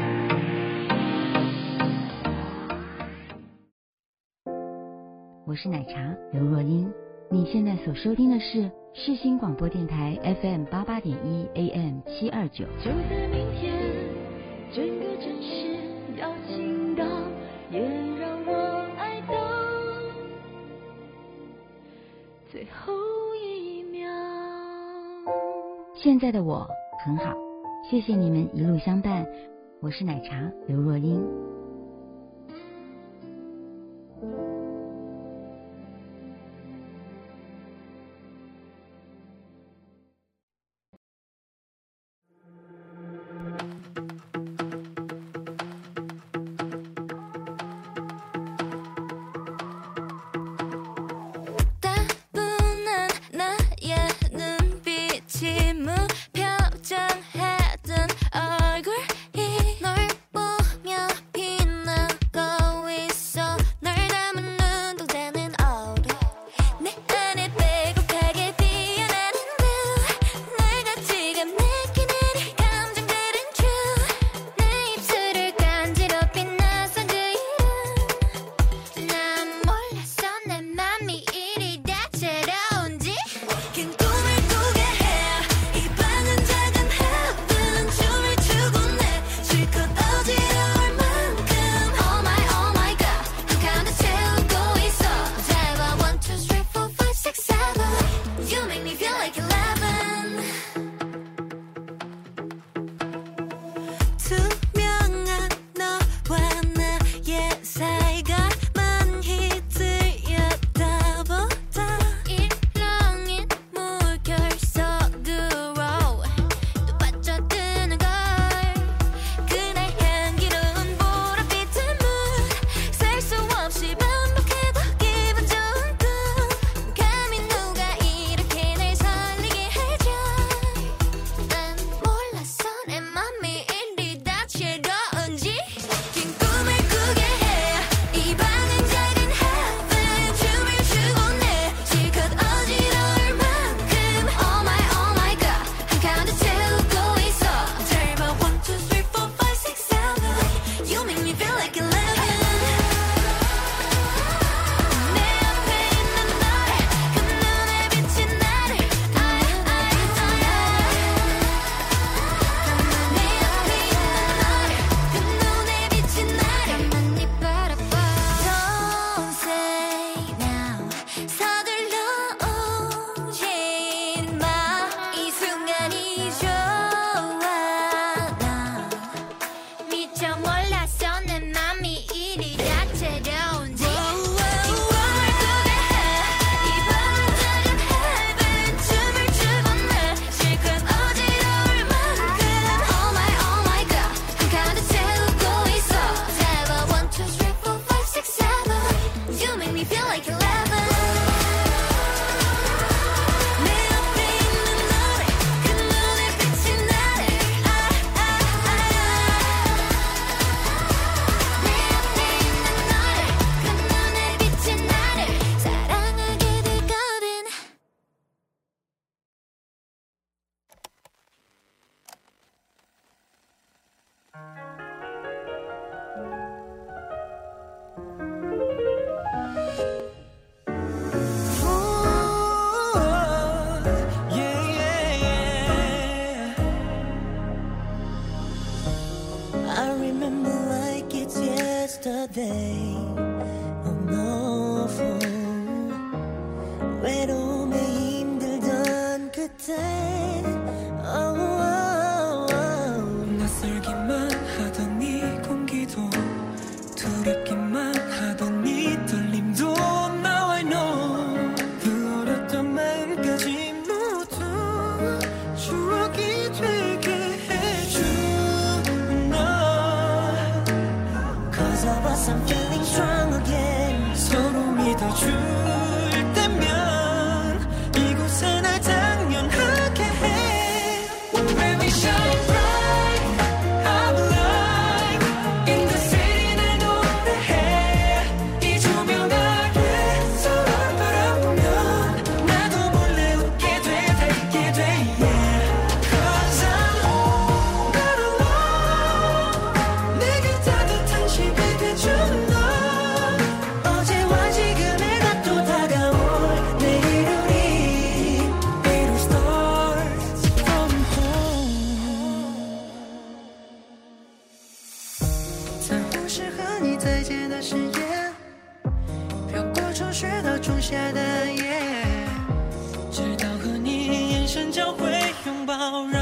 Speaker 4: 我是奶茶刘若英。你现在所收听的是世新广播电台 FM 八八点一 AM 七二九。
Speaker 5: 就在明天，整个城市要倾倒，也让我爱到最后一秒。
Speaker 4: 现在的我很好，谢谢你们一路相伴，我是奶茶刘若英。
Speaker 5: 대부분 나의 눈빛이 무표정했던 얼굴이 널 보며 빛나고 있어 널 닮은 눈동자는 어려 내 안에 배고파게 피어나는 너 내가 지금 느끼는 이 감정들은 true 내 입술을 간지럽힌 낯선 그 이름 난 몰랐어 내 맘이 이리 다채로운지 긴 꿈을 꾸게 해 이 밤은 작은 heaven 춤을 추고 내 실컷 어지러울 만큼 Oh my oh my god 그 가운데 채우고 있어 대화 1, 2, 3, 4, 5, 6, 7 You make me feel like 11 투명한 너와 나의 사이가 많이 들여다보다 일렁인 물결 속으로 또 빠져드는 걸 그날 향기로운 보랏빛의 물 셀 수 없이 반복해도 기분 좋은 꿈 감히 누가 이렇게 날 설레게 해줘 난 몰랐어 내 맘이 이리 다채로운지 긴 꿈을 꾸게 해 이 방은 작은 heaven 춤을 추고 내 실컷 어지러울 만큼 Oh my oh my god 한가운데 채우고 있어 Turbo 1, 2, 3, 4, 5, 6, 7 You make me feel like 11 내 앞에 있는 너를 그 눈에 비친 나를 I, I, I 내 앞에 있는 너를 그 눈에 비친 나를 가만히 바라봐 Don't say now 서둘러 오진 마이 순간이 좋아 난 미처 몰랐어 내 맘이 이리 다채로운지 긴 꿈을 꾸게 해이 밤은 작은 heaven 춤을 추고 내 실컷 어지러울 만큼 Oh my oh my god 한가운데 채우고 있어 Devil 1, 2, 3, 4, 5, 6, 7 You make me feel like 11 내 앞에 있는 너를 그 눈에 비친 나를 I I I 내 앞에 있는 너를 그 눈에 비친 나를 사랑하게 되거든
Speaker 6: I remember like it's yesterday. On the phone. 외로움에 힘들던 그때. Oh, oh, oh.
Speaker 7: 낯설기만 하던 이 공기도 두렵기만 하던 이 떨림도 Now I know 그 어렸던 마음까지 모두 추억이 되게 해주나
Speaker 6: Cause of us, I'm feeling strong again.
Speaker 7: 서로 믿어줄 때면 이곳에 날 당연하게 해 Let me shine bright I'm alive In the city 날 노래해 이 조명 아래서 널 바라보면 나도 몰래 웃게 돼 달게 돼 yeah. Cause I'm all not alone 내게 따뜻한 집이 돼준 너
Speaker 6: 어제와 지금의 나 또 다가올 내일 우리
Speaker 7: Little stars from home
Speaker 6: 在乎是和你再见的誓言，飘过城市到仲夏的夜，
Speaker 7: 直到和你眼神交汇，拥抱让 Oh,